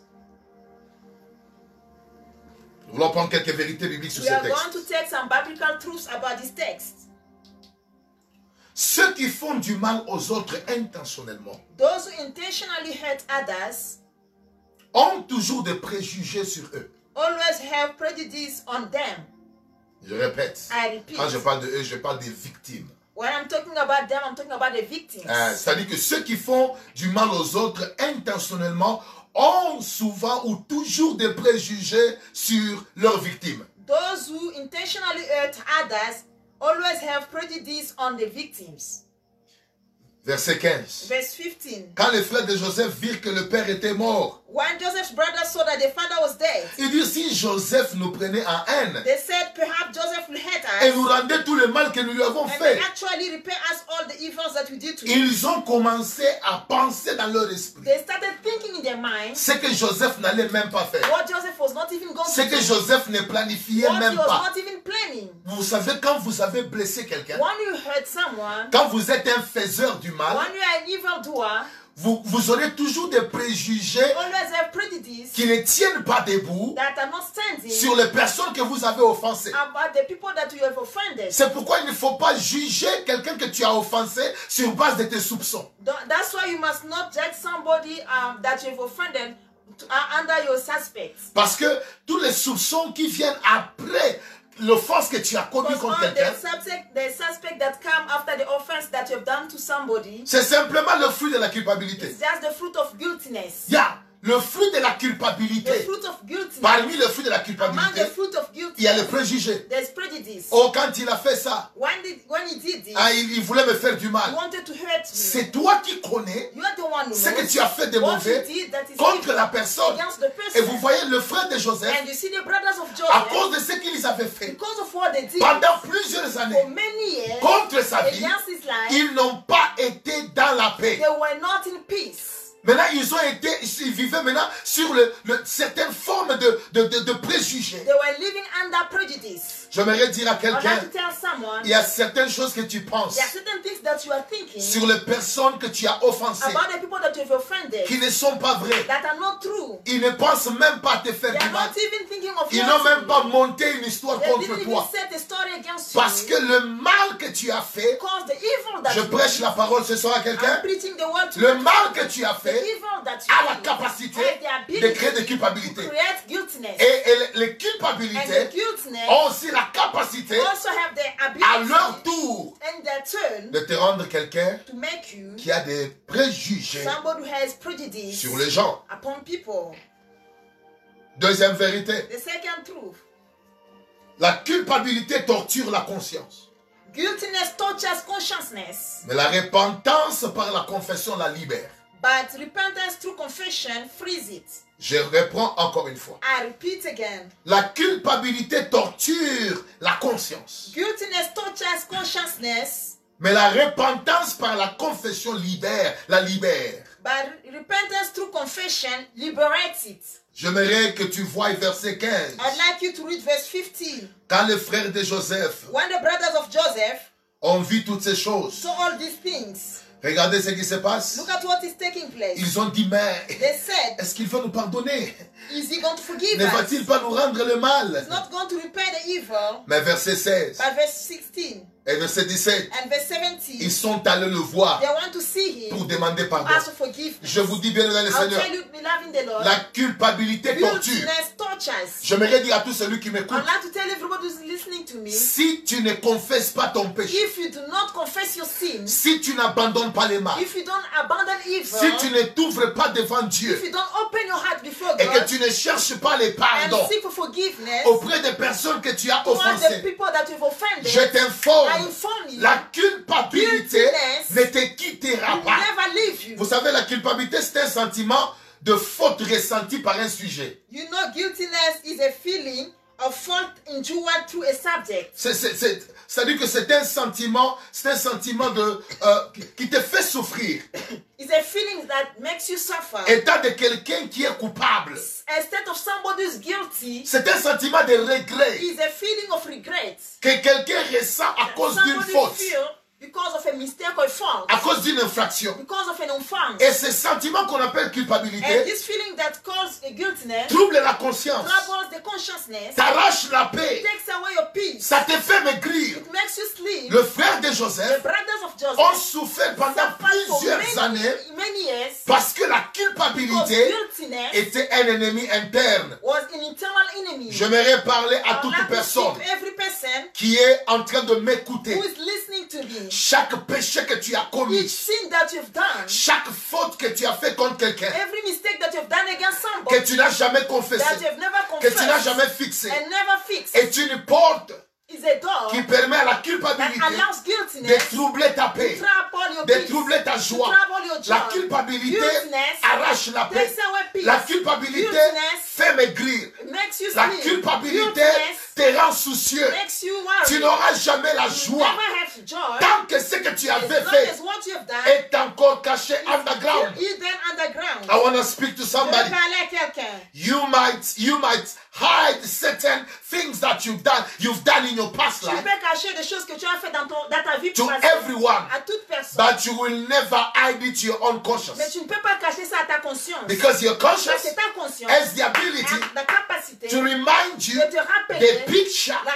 Speaker 2: Nous voulons prendre quelques vérités bibliques sur
Speaker 3: We
Speaker 2: ces
Speaker 3: are going
Speaker 2: textes.
Speaker 3: to take some biblical truths about this text.
Speaker 2: Ceux qui font du mal aux autres intentionnellement
Speaker 3: Those who intentionally hurt others
Speaker 2: ont toujours des préjugés sur eux.
Speaker 3: always have prejudice on them.
Speaker 2: Je répète,
Speaker 3: I repeat.
Speaker 2: quand je parle de eux, je parle des victimes.
Speaker 3: When I'm talking about them, I'm talking about the victims.
Speaker 2: Hein, C'est-à-dire que ceux qui font du mal aux autres intentionnellement ont souvent ou toujours des préjugés sur leurs victimes.
Speaker 3: Those who intentionally hurt others always have prejudice on the victims.
Speaker 2: Verset 15.
Speaker 3: Verse 15.
Speaker 2: Quand les frères de Joseph virent que le père était mort,
Speaker 3: When Joseph's brothers saw that the father was dead,
Speaker 2: ils dirent si Joseph nous prenait en haine
Speaker 3: they said, Perhaps Joseph will hurt
Speaker 2: et nous
Speaker 3: us
Speaker 2: rendait tout le mal que nous lui avons
Speaker 3: and
Speaker 2: fait,
Speaker 3: can actually repay us all the evils that we did to him.
Speaker 2: ils ont commencé à penser dans leur esprit
Speaker 3: They started thinking in their minds
Speaker 2: ce que Joseph n'allait même pas faire,
Speaker 3: what Joseph was not even going
Speaker 2: ce
Speaker 3: to
Speaker 2: que
Speaker 3: do,
Speaker 2: Joseph ne planifiait
Speaker 3: what
Speaker 2: même
Speaker 3: he was
Speaker 2: pas.
Speaker 3: not even planning.
Speaker 2: Vous savez, quand vous avez blessé quelqu'un,
Speaker 3: When you hurt someone,
Speaker 2: quand vous êtes un faiseur du mal,
Speaker 3: when you are an evildoer,
Speaker 2: vous, vous aurez toujours des préjugés
Speaker 3: you always have prejudice
Speaker 2: qui ne tiennent pas debout
Speaker 3: that are not standing
Speaker 2: sur les personnes que vous avez offensées.
Speaker 3: about the people that you have offended.
Speaker 2: C'est pourquoi il ne faut pas juger quelqu'un que tu as offensé sur base de tes soupçons.
Speaker 3: Don't- That's why you must not judge somebody um, that you've offended to, uh, under your suspects.
Speaker 2: Parce que tous les soupçons qui viennent après l'offense que tu as commise
Speaker 3: Because
Speaker 2: contre
Speaker 3: all
Speaker 2: quelqu'un,
Speaker 3: the subject, the suspect that come after the offense that you've done to somebody,
Speaker 2: c'est simplement le fruit de la culpabilité.
Speaker 3: is just the fruit of guiltiness.
Speaker 2: Il y a le fruit de la
Speaker 3: The
Speaker 2: culpabilité.
Speaker 3: fruit of guiltiness.
Speaker 2: Parmi le fruit de la
Speaker 3: Among the
Speaker 2: culpabilité,
Speaker 3: fruit of
Speaker 2: il y a le
Speaker 3: guiltiness,
Speaker 2: préjugé.
Speaker 3: there's prejudice.
Speaker 2: Oh, quand il a fait ça,
Speaker 3: When did when he did this,
Speaker 2: ah, il, il voulait me faire du
Speaker 3: he
Speaker 2: mal.
Speaker 3: wanted to hurt me.
Speaker 2: C'est toi qui connais
Speaker 3: You are the one who
Speaker 2: ce que
Speaker 3: knows
Speaker 2: tu as fait de
Speaker 3: what you
Speaker 2: mauvais
Speaker 3: did that is
Speaker 2: contre
Speaker 3: evil
Speaker 2: la personne.
Speaker 3: against the
Speaker 2: Et
Speaker 3: person.
Speaker 2: vous voyez, le frère de Joseph,
Speaker 3: and you see the brothers of
Speaker 2: à
Speaker 3: Joseph,
Speaker 2: cause de ce qu'ils avaient fait
Speaker 3: because of what they did
Speaker 2: pendant plusieurs
Speaker 3: for
Speaker 2: années
Speaker 3: many years
Speaker 2: contre sa vie,
Speaker 3: against his life,
Speaker 2: ils n'ont pas été dans la paix.
Speaker 3: they were not in peace.
Speaker 2: Maintenant, ils ont été, ils vivaient maintenant sur le, le- certaines formes de, de, de- de préjugés.
Speaker 3: They were living under prejudice.
Speaker 2: J'aimerais dire à
Speaker 3: I'd like
Speaker 2: quelqu'un,
Speaker 3: to tell someone
Speaker 2: il y a certaines choses que tu penses
Speaker 3: there are certain things that you are thinking
Speaker 2: sur les personnes que tu as offensées
Speaker 3: about the people that you've offended
Speaker 2: qui ne sont pas vraies.
Speaker 3: that are not true.
Speaker 2: Ils ne pensent même pas à te
Speaker 3: They
Speaker 2: faire du
Speaker 3: are
Speaker 2: mal.
Speaker 3: not even thinking of
Speaker 2: Ils n'ont
Speaker 3: hurting
Speaker 2: même pas monté une histoire
Speaker 3: you. They
Speaker 2: contre
Speaker 3: didn't even
Speaker 2: toi.
Speaker 3: set a story against
Speaker 2: Parce que
Speaker 3: you
Speaker 2: le mal que tu as fait,
Speaker 3: because the evil that
Speaker 2: je
Speaker 3: you
Speaker 2: prêche la parole ce soir à
Speaker 3: did, I'm
Speaker 2: quelqu'un,
Speaker 3: preaching the word to
Speaker 2: le
Speaker 3: you.
Speaker 2: mal que tu as
Speaker 3: the
Speaker 2: fait
Speaker 3: evil that you
Speaker 2: a la
Speaker 3: did
Speaker 2: capacité
Speaker 3: has the
Speaker 2: de
Speaker 3: ability
Speaker 2: créer des culpabilités.
Speaker 3: to create guiltiness.
Speaker 2: Et, et les- les
Speaker 3: and the
Speaker 2: culpabilités
Speaker 3: guiltiness
Speaker 2: ont aussi la capacité,
Speaker 3: also have the
Speaker 2: à leur
Speaker 3: ability
Speaker 2: tour,
Speaker 3: and their turn
Speaker 2: de te rendre quelqu'un
Speaker 3: to make you
Speaker 2: qui a des préjugés
Speaker 3: somebody who has prejudice
Speaker 2: sur les gens.
Speaker 3: upon people.
Speaker 2: Deuxième vérité,
Speaker 3: The second truth
Speaker 2: la culpabilité torture la conscience.
Speaker 3: guiltiness touches consciousness,
Speaker 2: Mais la repentance par la confession la libère.
Speaker 3: but repentance through confession frees it.
Speaker 2: Je reprends encore une fois.
Speaker 3: I repeat again
Speaker 2: La culpabilité torture la conscience.
Speaker 3: guiltiness touches consciousness,
Speaker 2: Mais la repentance par la confession libère, la libère.
Speaker 3: but repentance through confession liberates it.
Speaker 2: J'aimerais que tu voies verset 15.
Speaker 3: I'd like you to read verse 15.
Speaker 2: Quand les frères de Joseph
Speaker 3: When the brothers of Joseph
Speaker 2: ont vu toutes ces choses,
Speaker 3: saw all these things,
Speaker 2: regardez ce qui se passe.
Speaker 3: look at what is taking place.
Speaker 2: Ils ont dit, mais
Speaker 3: They said,
Speaker 2: est-ce qu'il va nous pardonner
Speaker 3: Is he going to forgive
Speaker 2: Ne
Speaker 3: us?
Speaker 2: va-t-il pas nous rendre le mal
Speaker 3: He's not going to repair the evil.
Speaker 2: Mais verset 16
Speaker 3: But verse 16
Speaker 2: et verset 17,
Speaker 3: and verse
Speaker 2: ils
Speaker 3: 17, they
Speaker 2: sont allés le voir
Speaker 3: want to see
Speaker 2: pour
Speaker 3: him
Speaker 2: demander
Speaker 3: ask
Speaker 2: pardon.
Speaker 3: for forgiveness.
Speaker 2: Je vous dis bien, dans le
Speaker 3: I'll tell
Speaker 2: Seigneur,
Speaker 3: you, beloved in the Lord,
Speaker 2: la culpabilité torture.
Speaker 3: guiltiness tortures.
Speaker 2: J'aimerais dire à tout celui qui m'écoute,
Speaker 3: I'd like to tell everybody who's listening to me,
Speaker 2: si tu ne confesses pas ton péché,
Speaker 3: if you do not confess your sins,
Speaker 2: si tu n'abandonnes pas les mal,
Speaker 3: if you don't abandon evil,
Speaker 2: si tu ne t'ouvres pas devant
Speaker 3: if
Speaker 2: Dieu
Speaker 3: you don't open your heart before
Speaker 2: et que
Speaker 3: God
Speaker 2: tu ne cherches pas les
Speaker 3: and
Speaker 2: pardons
Speaker 3: seek for forgiveness
Speaker 2: auprès des personnes que tu as
Speaker 3: towards the
Speaker 2: offensées,
Speaker 3: people that you've offended,
Speaker 2: je t'informe,
Speaker 3: inform you,
Speaker 2: la culpabilité
Speaker 3: Guiltiness
Speaker 2: ne te quittera
Speaker 3: will
Speaker 2: pas.
Speaker 3: never leave you.
Speaker 2: Vous savez, la culpabilité, c'est un sentiment de faute ressentie par un sujet.
Speaker 3: You know, guiltiness is a feeling of fault endured through a subject.
Speaker 2: C'est- c'est- c'est- C'est-à-dire que c'est un sentiment, c'est un sentiment de, euh, qui- qui te fait souffrir.
Speaker 3: is a feeling that makes you suffer.
Speaker 2: État de quelqu'un qui est coupable.
Speaker 3: a state of somebody who's guilty
Speaker 2: C'est un sentiment de regret
Speaker 3: is a feeling of regret.
Speaker 2: que quelqu'un ressent à cause d'une
Speaker 3: somebody
Speaker 2: faute,
Speaker 3: feel because of a mistake or fault,
Speaker 2: à cause d'une infraction.
Speaker 3: because of an offense.
Speaker 2: Et ce sentiment qu'on appelle
Speaker 3: and
Speaker 2: culpabilité
Speaker 3: this feeling that calls a guiltiness
Speaker 2: trouble la conscience,
Speaker 3: troubles the consciousness,
Speaker 2: t'arrache la paix,
Speaker 3: takes away your peace,
Speaker 2: ça te fait maigrir.
Speaker 3: it makes you sleep.
Speaker 2: Le frère de Joseph
Speaker 3: Brothers of
Speaker 2: ont
Speaker 3: Joseph
Speaker 2: souffert pendant
Speaker 3: suffered eh? for eh?
Speaker 2: plusieurs années
Speaker 3: many, many years
Speaker 2: parce que la
Speaker 3: because
Speaker 2: culpabilité
Speaker 3: guiltiness
Speaker 2: était un ennemi interne.
Speaker 3: was an internal enemy.
Speaker 2: J'aimerais parler à
Speaker 3: I would
Speaker 2: toute
Speaker 3: like to
Speaker 2: personne
Speaker 3: speak to every person
Speaker 2: qui est en train de m'écouter.
Speaker 3: who is listening to me.
Speaker 2: Chaque péché que tu as
Speaker 3: Each
Speaker 2: commis,
Speaker 3: sin that you've done,
Speaker 2: chaque faute que tu as fait contre quelqu'un,
Speaker 3: every mistake that you've done against somebody
Speaker 2: que tu n'as jamais
Speaker 3: that
Speaker 2: confessé,
Speaker 3: you've never
Speaker 2: que tu n'as
Speaker 3: confessed
Speaker 2: jamais fixé,
Speaker 3: and never fixed
Speaker 2: est une porte
Speaker 3: is a door
Speaker 2: qui permet à la
Speaker 3: that
Speaker 2: culpabilité
Speaker 3: allows
Speaker 2: de
Speaker 3: guiltiness
Speaker 2: troubler ta paix,
Speaker 3: to trouble your
Speaker 2: de
Speaker 3: peace,
Speaker 2: troubler ta
Speaker 3: to
Speaker 2: joie.
Speaker 3: trouble your
Speaker 2: La
Speaker 3: joy.
Speaker 2: culpabilité
Speaker 3: Guiltiness
Speaker 2: arrache la paix.
Speaker 3: takes away peace.
Speaker 2: La culpabilité
Speaker 3: Guiltiness
Speaker 2: fait maigrir.
Speaker 3: makes you
Speaker 2: La
Speaker 3: sleep.
Speaker 2: culpabilité
Speaker 3: Guiltiness
Speaker 2: te rend soucieux.
Speaker 3: makes you
Speaker 2: Tu
Speaker 3: worry.
Speaker 2: n'auras jamais la
Speaker 3: You
Speaker 2: joie
Speaker 3: never have joy
Speaker 2: tant que ce que tu
Speaker 3: as
Speaker 2: avais
Speaker 3: long as
Speaker 2: fait
Speaker 3: what you've done
Speaker 2: est encore caché underground.
Speaker 3: is hidden underground.
Speaker 2: I want to speak to
Speaker 3: Je
Speaker 2: somebody.
Speaker 3: veux parler à quelqu'un.
Speaker 2: You might, you might hide certain things that you've done, you've done in your past
Speaker 3: Tu
Speaker 2: life
Speaker 3: peux cacher des choses que tu as fait dans, ton, dans ta vie
Speaker 2: to
Speaker 3: passée
Speaker 2: everyone,
Speaker 3: à toute personne.
Speaker 2: but you will never hide it to your own
Speaker 3: Mais
Speaker 2: conscience
Speaker 3: tu ne peux pas cacher ça à ta conscience.
Speaker 2: because your
Speaker 3: Parce
Speaker 2: conscience
Speaker 3: que ta conscience
Speaker 2: has the
Speaker 3: a
Speaker 2: ability
Speaker 3: la capacité
Speaker 2: to remind you
Speaker 3: de te
Speaker 2: the
Speaker 3: rappeler
Speaker 2: picture
Speaker 3: la-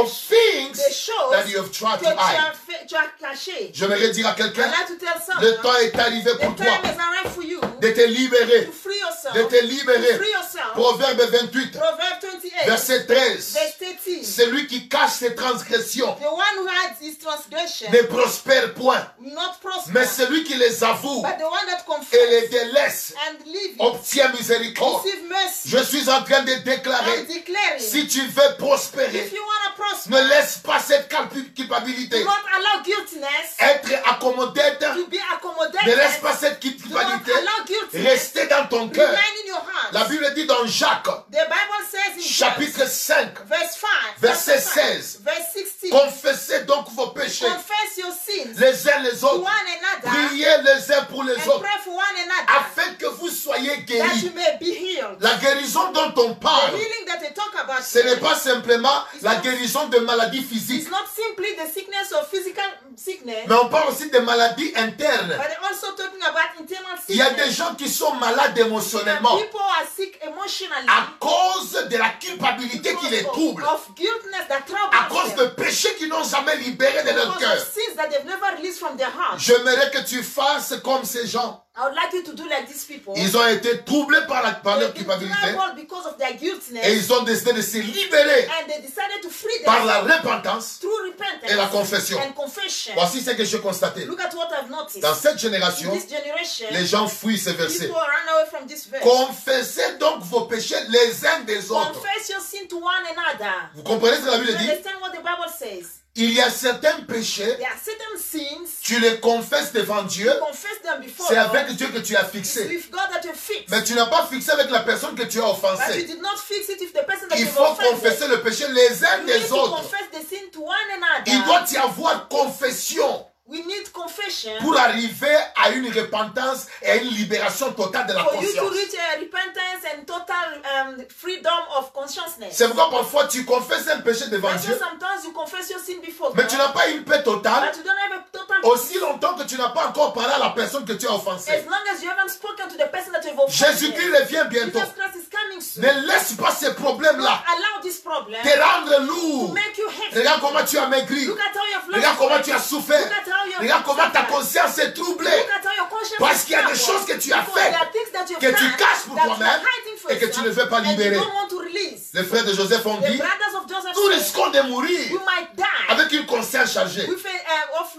Speaker 2: of
Speaker 3: l'image
Speaker 2: things
Speaker 3: des choses
Speaker 2: that you have tried
Speaker 3: que
Speaker 2: to
Speaker 3: tu as,
Speaker 2: hide.
Speaker 3: fait, tu as cachées.
Speaker 2: J'aimerais dire à quelqu'un,
Speaker 3: Là, tu te sens.
Speaker 2: le temps est arrivé pour
Speaker 3: The
Speaker 2: toi
Speaker 3: time is arrived for you
Speaker 2: de te libérer,
Speaker 3: to free yourself.
Speaker 2: de te
Speaker 3: to
Speaker 2: libérer.
Speaker 3: free yourself.
Speaker 2: Proverbe 28,
Speaker 3: Proverbe 28,
Speaker 2: verset 13.
Speaker 3: verse 13.
Speaker 2: Celui qui cache ses transgressions
Speaker 3: The one who hides his transgression
Speaker 2: ne prospère point.
Speaker 3: will not prosper.
Speaker 2: Mais celui qui les avoue
Speaker 3: But the one that
Speaker 2: et les
Speaker 3: confesses
Speaker 2: délaisse
Speaker 3: and leaves
Speaker 2: obtient miséricorde.
Speaker 3: receive mercy
Speaker 2: Je suis en train de
Speaker 3: and
Speaker 2: déclarer,
Speaker 3: declaring
Speaker 2: si tu veux
Speaker 3: if
Speaker 2: prospérer,
Speaker 3: you want to prosper,
Speaker 2: ne laisse pas cette culp- culpabilité
Speaker 3: do not allow guiltiness
Speaker 2: être accommodée.
Speaker 3: to
Speaker 2: Ne
Speaker 3: be
Speaker 2: laisse
Speaker 3: accommodated.
Speaker 2: pas cette
Speaker 3: Do not
Speaker 2: culpabilité
Speaker 3: allow guiltiness
Speaker 2: rester dans ton
Speaker 3: to
Speaker 2: cœur.
Speaker 3: remain in your heart.
Speaker 2: La Bible dit dans Jacques,
Speaker 3: The Bible says in James,
Speaker 2: chapitre 5,
Speaker 3: verse 5,
Speaker 2: verset
Speaker 3: chapter five,
Speaker 2: 16,
Speaker 3: verse 16,
Speaker 2: confessez donc vos péchés
Speaker 3: confess your sins
Speaker 2: les uns les
Speaker 3: to
Speaker 2: autres,
Speaker 3: one another
Speaker 2: priez les uns pour les
Speaker 3: and
Speaker 2: autres,
Speaker 3: pray for one another
Speaker 2: afin que vous soyez
Speaker 3: that you
Speaker 2: guéris.
Speaker 3: may be healed.
Speaker 2: La guérison dont on
Speaker 3: The
Speaker 2: parle,
Speaker 3: healing that they talk about
Speaker 2: ce n'est pas simplement la
Speaker 3: not-
Speaker 2: guérison de maladies
Speaker 3: is
Speaker 2: physiques,
Speaker 3: not simply the sickness of physical sickness,
Speaker 2: mais on parle aussi des maladies internes.
Speaker 3: but they're also talking about internal
Speaker 2: Il y a des
Speaker 3: sickness.
Speaker 2: gens qui sont malades
Speaker 3: That
Speaker 2: émotionnellement
Speaker 3: people are sick emotionally
Speaker 2: à cause de la culpabilité qui les
Speaker 3: because
Speaker 2: trouble,
Speaker 3: of, of guiltness that
Speaker 2: à cause
Speaker 3: troubles
Speaker 2: de
Speaker 3: them.
Speaker 2: péchés qu'ils n'ont jamais libérés de leur
Speaker 3: Because of
Speaker 2: cœur.
Speaker 3: sins that they've never released from their heart.
Speaker 2: J'aimerais que tu fasses comme ces gens.
Speaker 3: I would like you to do like these people.
Speaker 2: Ils ont été troublés par, la, par leur
Speaker 3: They've been
Speaker 2: culpabilité
Speaker 3: troubled because of their
Speaker 2: et
Speaker 3: guiltiness
Speaker 2: ils ont décidé de se libérer
Speaker 3: and they decided to free
Speaker 2: par la
Speaker 3: themselves
Speaker 2: repentance
Speaker 3: through repentance
Speaker 2: et la confession.
Speaker 3: and confession.
Speaker 2: Voici ce que j'ai constaté.
Speaker 3: Look at what I've noticed.
Speaker 2: Dans cette
Speaker 3: In
Speaker 2: génération,
Speaker 3: this generation,
Speaker 2: les gens fuient ces versets.
Speaker 3: people run away from this verse.
Speaker 2: Confessez donc vos péchés les uns des autres.
Speaker 3: Confess your sin to one another.
Speaker 2: Vous comprenez ce que la
Speaker 3: You
Speaker 2: Bible dit
Speaker 3: understand what the Bible says?
Speaker 2: Il y a certains péchés,
Speaker 3: There are certain sins,
Speaker 2: tu les confesses devant Dieu,
Speaker 3: confess them before
Speaker 2: c'est
Speaker 3: God.
Speaker 2: avec Dieu que tu as
Speaker 3: It's
Speaker 2: fixé.
Speaker 3: with God that you fix.
Speaker 2: Mais tu n'as pas fixé avec la personne que tu as
Speaker 3: But you
Speaker 2: offensée.
Speaker 3: did not fix it if the person that
Speaker 2: Il
Speaker 3: you've
Speaker 2: faut
Speaker 3: offended.
Speaker 2: confesser le péché les uns
Speaker 3: you need
Speaker 2: des
Speaker 3: to
Speaker 2: autres.
Speaker 3: confess the sin to one another.
Speaker 2: Il doit y avoir confession
Speaker 3: We need confession
Speaker 2: pour arriver à une repentance et à une libération totale de la
Speaker 3: for you to
Speaker 2: conscience.
Speaker 3: reach a repentance and total um, freedom of consciousness.
Speaker 2: C'est pourquoi parfois tu confesses un péché devant
Speaker 3: That's why
Speaker 2: Dieu,
Speaker 3: sometimes you confess your sin before
Speaker 2: mais
Speaker 3: God,
Speaker 2: tu n'as pas une paix totale
Speaker 3: but you don't have a total
Speaker 2: aussi longtemps que tu n'as pas encore parlé à la personne que tu as
Speaker 3: as
Speaker 2: offensée.
Speaker 3: long as you haven't spoken to the person that you've offended.
Speaker 2: Jésus-Christ revient bientôt.
Speaker 3: Jesus Christ is coming soon.
Speaker 2: Ne laisse pas ces problèmes-là
Speaker 3: Allow this problem
Speaker 2: te rendre
Speaker 3: to
Speaker 2: lourd.
Speaker 3: make you heavy.
Speaker 2: Regarde comment tu as maigri.
Speaker 3: Look at how you've lost
Speaker 2: Regarde comment
Speaker 3: weight.
Speaker 2: tu as souffert.
Speaker 3: Look at how you've
Speaker 2: Regarde comment ta
Speaker 3: suffered.
Speaker 2: conscience est troublée.
Speaker 3: Look at how your conscience
Speaker 2: Parce qu'il y a des
Speaker 3: is
Speaker 2: choses que tu as
Speaker 3: troubled. Because
Speaker 2: faites,
Speaker 3: there are things that you've
Speaker 2: que tu
Speaker 3: done
Speaker 2: caches pour
Speaker 3: that you are
Speaker 2: toi-même
Speaker 3: hiding for
Speaker 2: et que tu
Speaker 3: yourself
Speaker 2: ne veux pas
Speaker 3: and you
Speaker 2: libérer.
Speaker 3: don't want to release.
Speaker 2: Les frères de Joseph ont
Speaker 3: The
Speaker 2: dit,
Speaker 3: brothers of Joseph
Speaker 2: nous
Speaker 3: said,
Speaker 2: risquons de mourir
Speaker 3: "You might die
Speaker 2: avec une conscience chargée.
Speaker 3: with a uh, of, uh,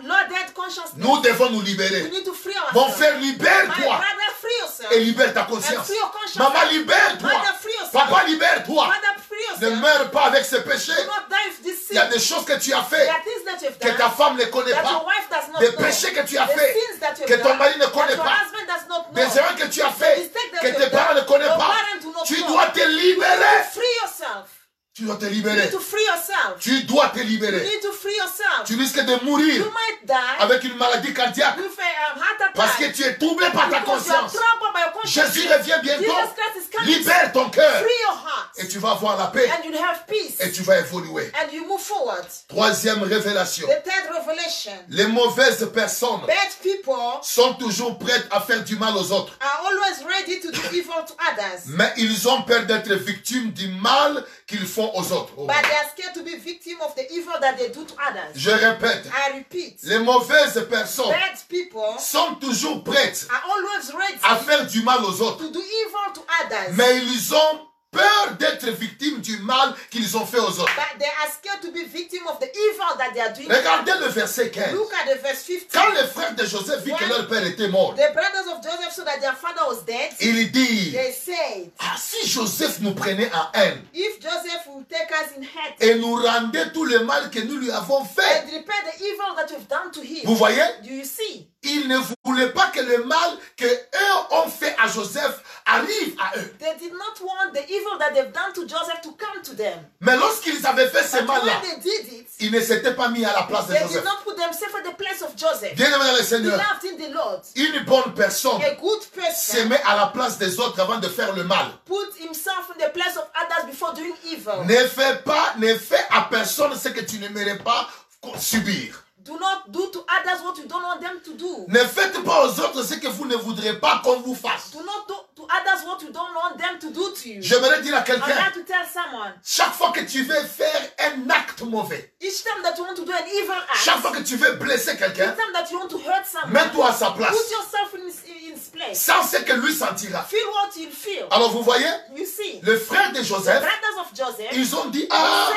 Speaker 3: um, unloaded consciousness.
Speaker 2: Nous devons nous
Speaker 3: We
Speaker 2: libérer.
Speaker 3: need to free
Speaker 2: Mon
Speaker 3: ourselves.
Speaker 2: frère,
Speaker 3: My
Speaker 2: libère-toi
Speaker 3: brother, free yourself.
Speaker 2: et libère ta conscience.
Speaker 3: free your conscience.
Speaker 2: Maman, libère-toi.
Speaker 3: Mother, free yourself.
Speaker 2: Papa, libère-toi.
Speaker 3: Brother, free
Speaker 2: Ne
Speaker 3: yourself.
Speaker 2: meurs pas avec ces péchés.
Speaker 3: Do not die with this
Speaker 2: Il
Speaker 3: sin.
Speaker 2: y a des choses que tu as fait
Speaker 3: There are things that you've
Speaker 2: que ta
Speaker 3: done
Speaker 2: femme ne connaît
Speaker 3: that your
Speaker 2: pas,
Speaker 3: wife does not
Speaker 2: des
Speaker 3: know.
Speaker 2: péchés que tu as
Speaker 3: The
Speaker 2: fait,
Speaker 3: sins that you've
Speaker 2: que ton
Speaker 3: done,
Speaker 2: mari ne
Speaker 3: that
Speaker 2: connaît
Speaker 3: your
Speaker 2: pas,
Speaker 3: husband does not
Speaker 2: des
Speaker 3: know.
Speaker 2: erreurs que tu as fait,
Speaker 3: The mistake that
Speaker 2: que
Speaker 3: you've
Speaker 2: tes parents
Speaker 3: done,
Speaker 2: ne connaissent
Speaker 3: your
Speaker 2: pas.
Speaker 3: parents do not
Speaker 2: Tu
Speaker 3: know.
Speaker 2: dois te libérer.
Speaker 3: Free yourself.
Speaker 2: Tu dois te
Speaker 3: You
Speaker 2: libérer.
Speaker 3: need to free yourself.
Speaker 2: Tu dois te
Speaker 3: You
Speaker 2: libérer.
Speaker 3: need to free yourself.
Speaker 2: Tu risques de mourir
Speaker 3: You might die
Speaker 2: avec une maladie cardiaque
Speaker 3: with a um, heart
Speaker 2: parce que
Speaker 3: attack
Speaker 2: tu es troublé par ta
Speaker 3: because you are
Speaker 2: conscience.
Speaker 3: troubled by your conscience.
Speaker 2: Jésus revient bientôt.
Speaker 3: Jesus Christ is coming.
Speaker 2: Libère ton cœur
Speaker 3: Free your heart
Speaker 2: et tu vas avoir la paix
Speaker 3: and you have
Speaker 2: et
Speaker 3: peace
Speaker 2: tu vas évoluer.
Speaker 3: and you move forward.
Speaker 2: Troisième révélation.
Speaker 3: The third revelation
Speaker 2: Les mauvaises personnes
Speaker 3: bad people are
Speaker 2: sont toujours prêtes à faire du mal aux autres.
Speaker 3: always ready to do evil to others,
Speaker 2: Mais ils ont peur d'être victimes du mal qu'ils font aux autres. Oh.
Speaker 3: but they are scared to be victim of the evil that they do to others.
Speaker 2: Je répète,
Speaker 3: I repeat,
Speaker 2: les mauvaises personnes
Speaker 3: bad people
Speaker 2: sont toujours prêtes
Speaker 3: are always
Speaker 2: à
Speaker 3: ready
Speaker 2: faire du mal aux autres.
Speaker 3: to do evil to others,
Speaker 2: Mais ils ont peur d'être victimes du mal qu'ils ont fait aux autres.
Speaker 3: but they are scared to be victim of the evil that they are doing.
Speaker 2: Regardez le verset 15.
Speaker 3: Look at the verse 15.
Speaker 2: Quand les frères de Joseph virent que leur père était mort,
Speaker 3: The brothers of Joseph saw that their father was dead.
Speaker 2: ils dit
Speaker 3: They said,
Speaker 2: ah, si Joseph nous prenait en haine
Speaker 3: if Joseph will take us in hand
Speaker 2: et nous rendait tout le mal que nous lui avons fait,
Speaker 3: and repair the evil that we've done to
Speaker 2: vous
Speaker 3: him,
Speaker 2: voyez,
Speaker 3: do you see?
Speaker 2: ils ne voulaient pas que le mal que eux ont fait à Joseph arrive à eux.
Speaker 3: They did not want the evil that they've done to Joseph to come to them.
Speaker 2: Mais lorsqu'ils avaient fait ce
Speaker 3: But
Speaker 2: mal-là,
Speaker 3: when they did it,
Speaker 2: ils ne s'étaient pas mis à la place de
Speaker 3: they did
Speaker 2: Joseph.
Speaker 3: not put themselves at the place of Joseph.
Speaker 2: Bien-aimé dans le
Speaker 3: He
Speaker 2: Seigneur,
Speaker 3: loved in the Lord.
Speaker 2: une bonne personne
Speaker 3: A good
Speaker 2: se
Speaker 3: person
Speaker 2: met à la place des autres avant de faire le mal.
Speaker 3: put himself in the place of others before doing evil.
Speaker 2: Ne fais pas, ne fais à personne ce que tu n'aimerais pas subir.
Speaker 3: Do not do to others what you don't want them to do.
Speaker 2: Ne faites pas aux autres ce que vous ne voudrez pas qu'on vous fasse.
Speaker 3: Do not do to others what you don't want them to do to you.
Speaker 2: J'aimerais dire à
Speaker 3: I like
Speaker 2: quelqu'un,
Speaker 3: to tell someone,
Speaker 2: chaque fois que tu veux faire un acte mauvais,
Speaker 3: each time that you want to do an evil act,
Speaker 2: chaque fois que tu veux blesser
Speaker 3: each
Speaker 2: quelqu'un,
Speaker 3: time that you want to hurt someone,
Speaker 2: mets-toi à sa place.
Speaker 3: put yourself in his, in his place.
Speaker 2: Sans ce que lui sentira.
Speaker 3: Feel what you feel.
Speaker 2: Alors vous voyez,
Speaker 3: You see, the
Speaker 2: les frères de Ah. Joseph,
Speaker 3: brothers of Joseph,
Speaker 2: ils ont dit, ah,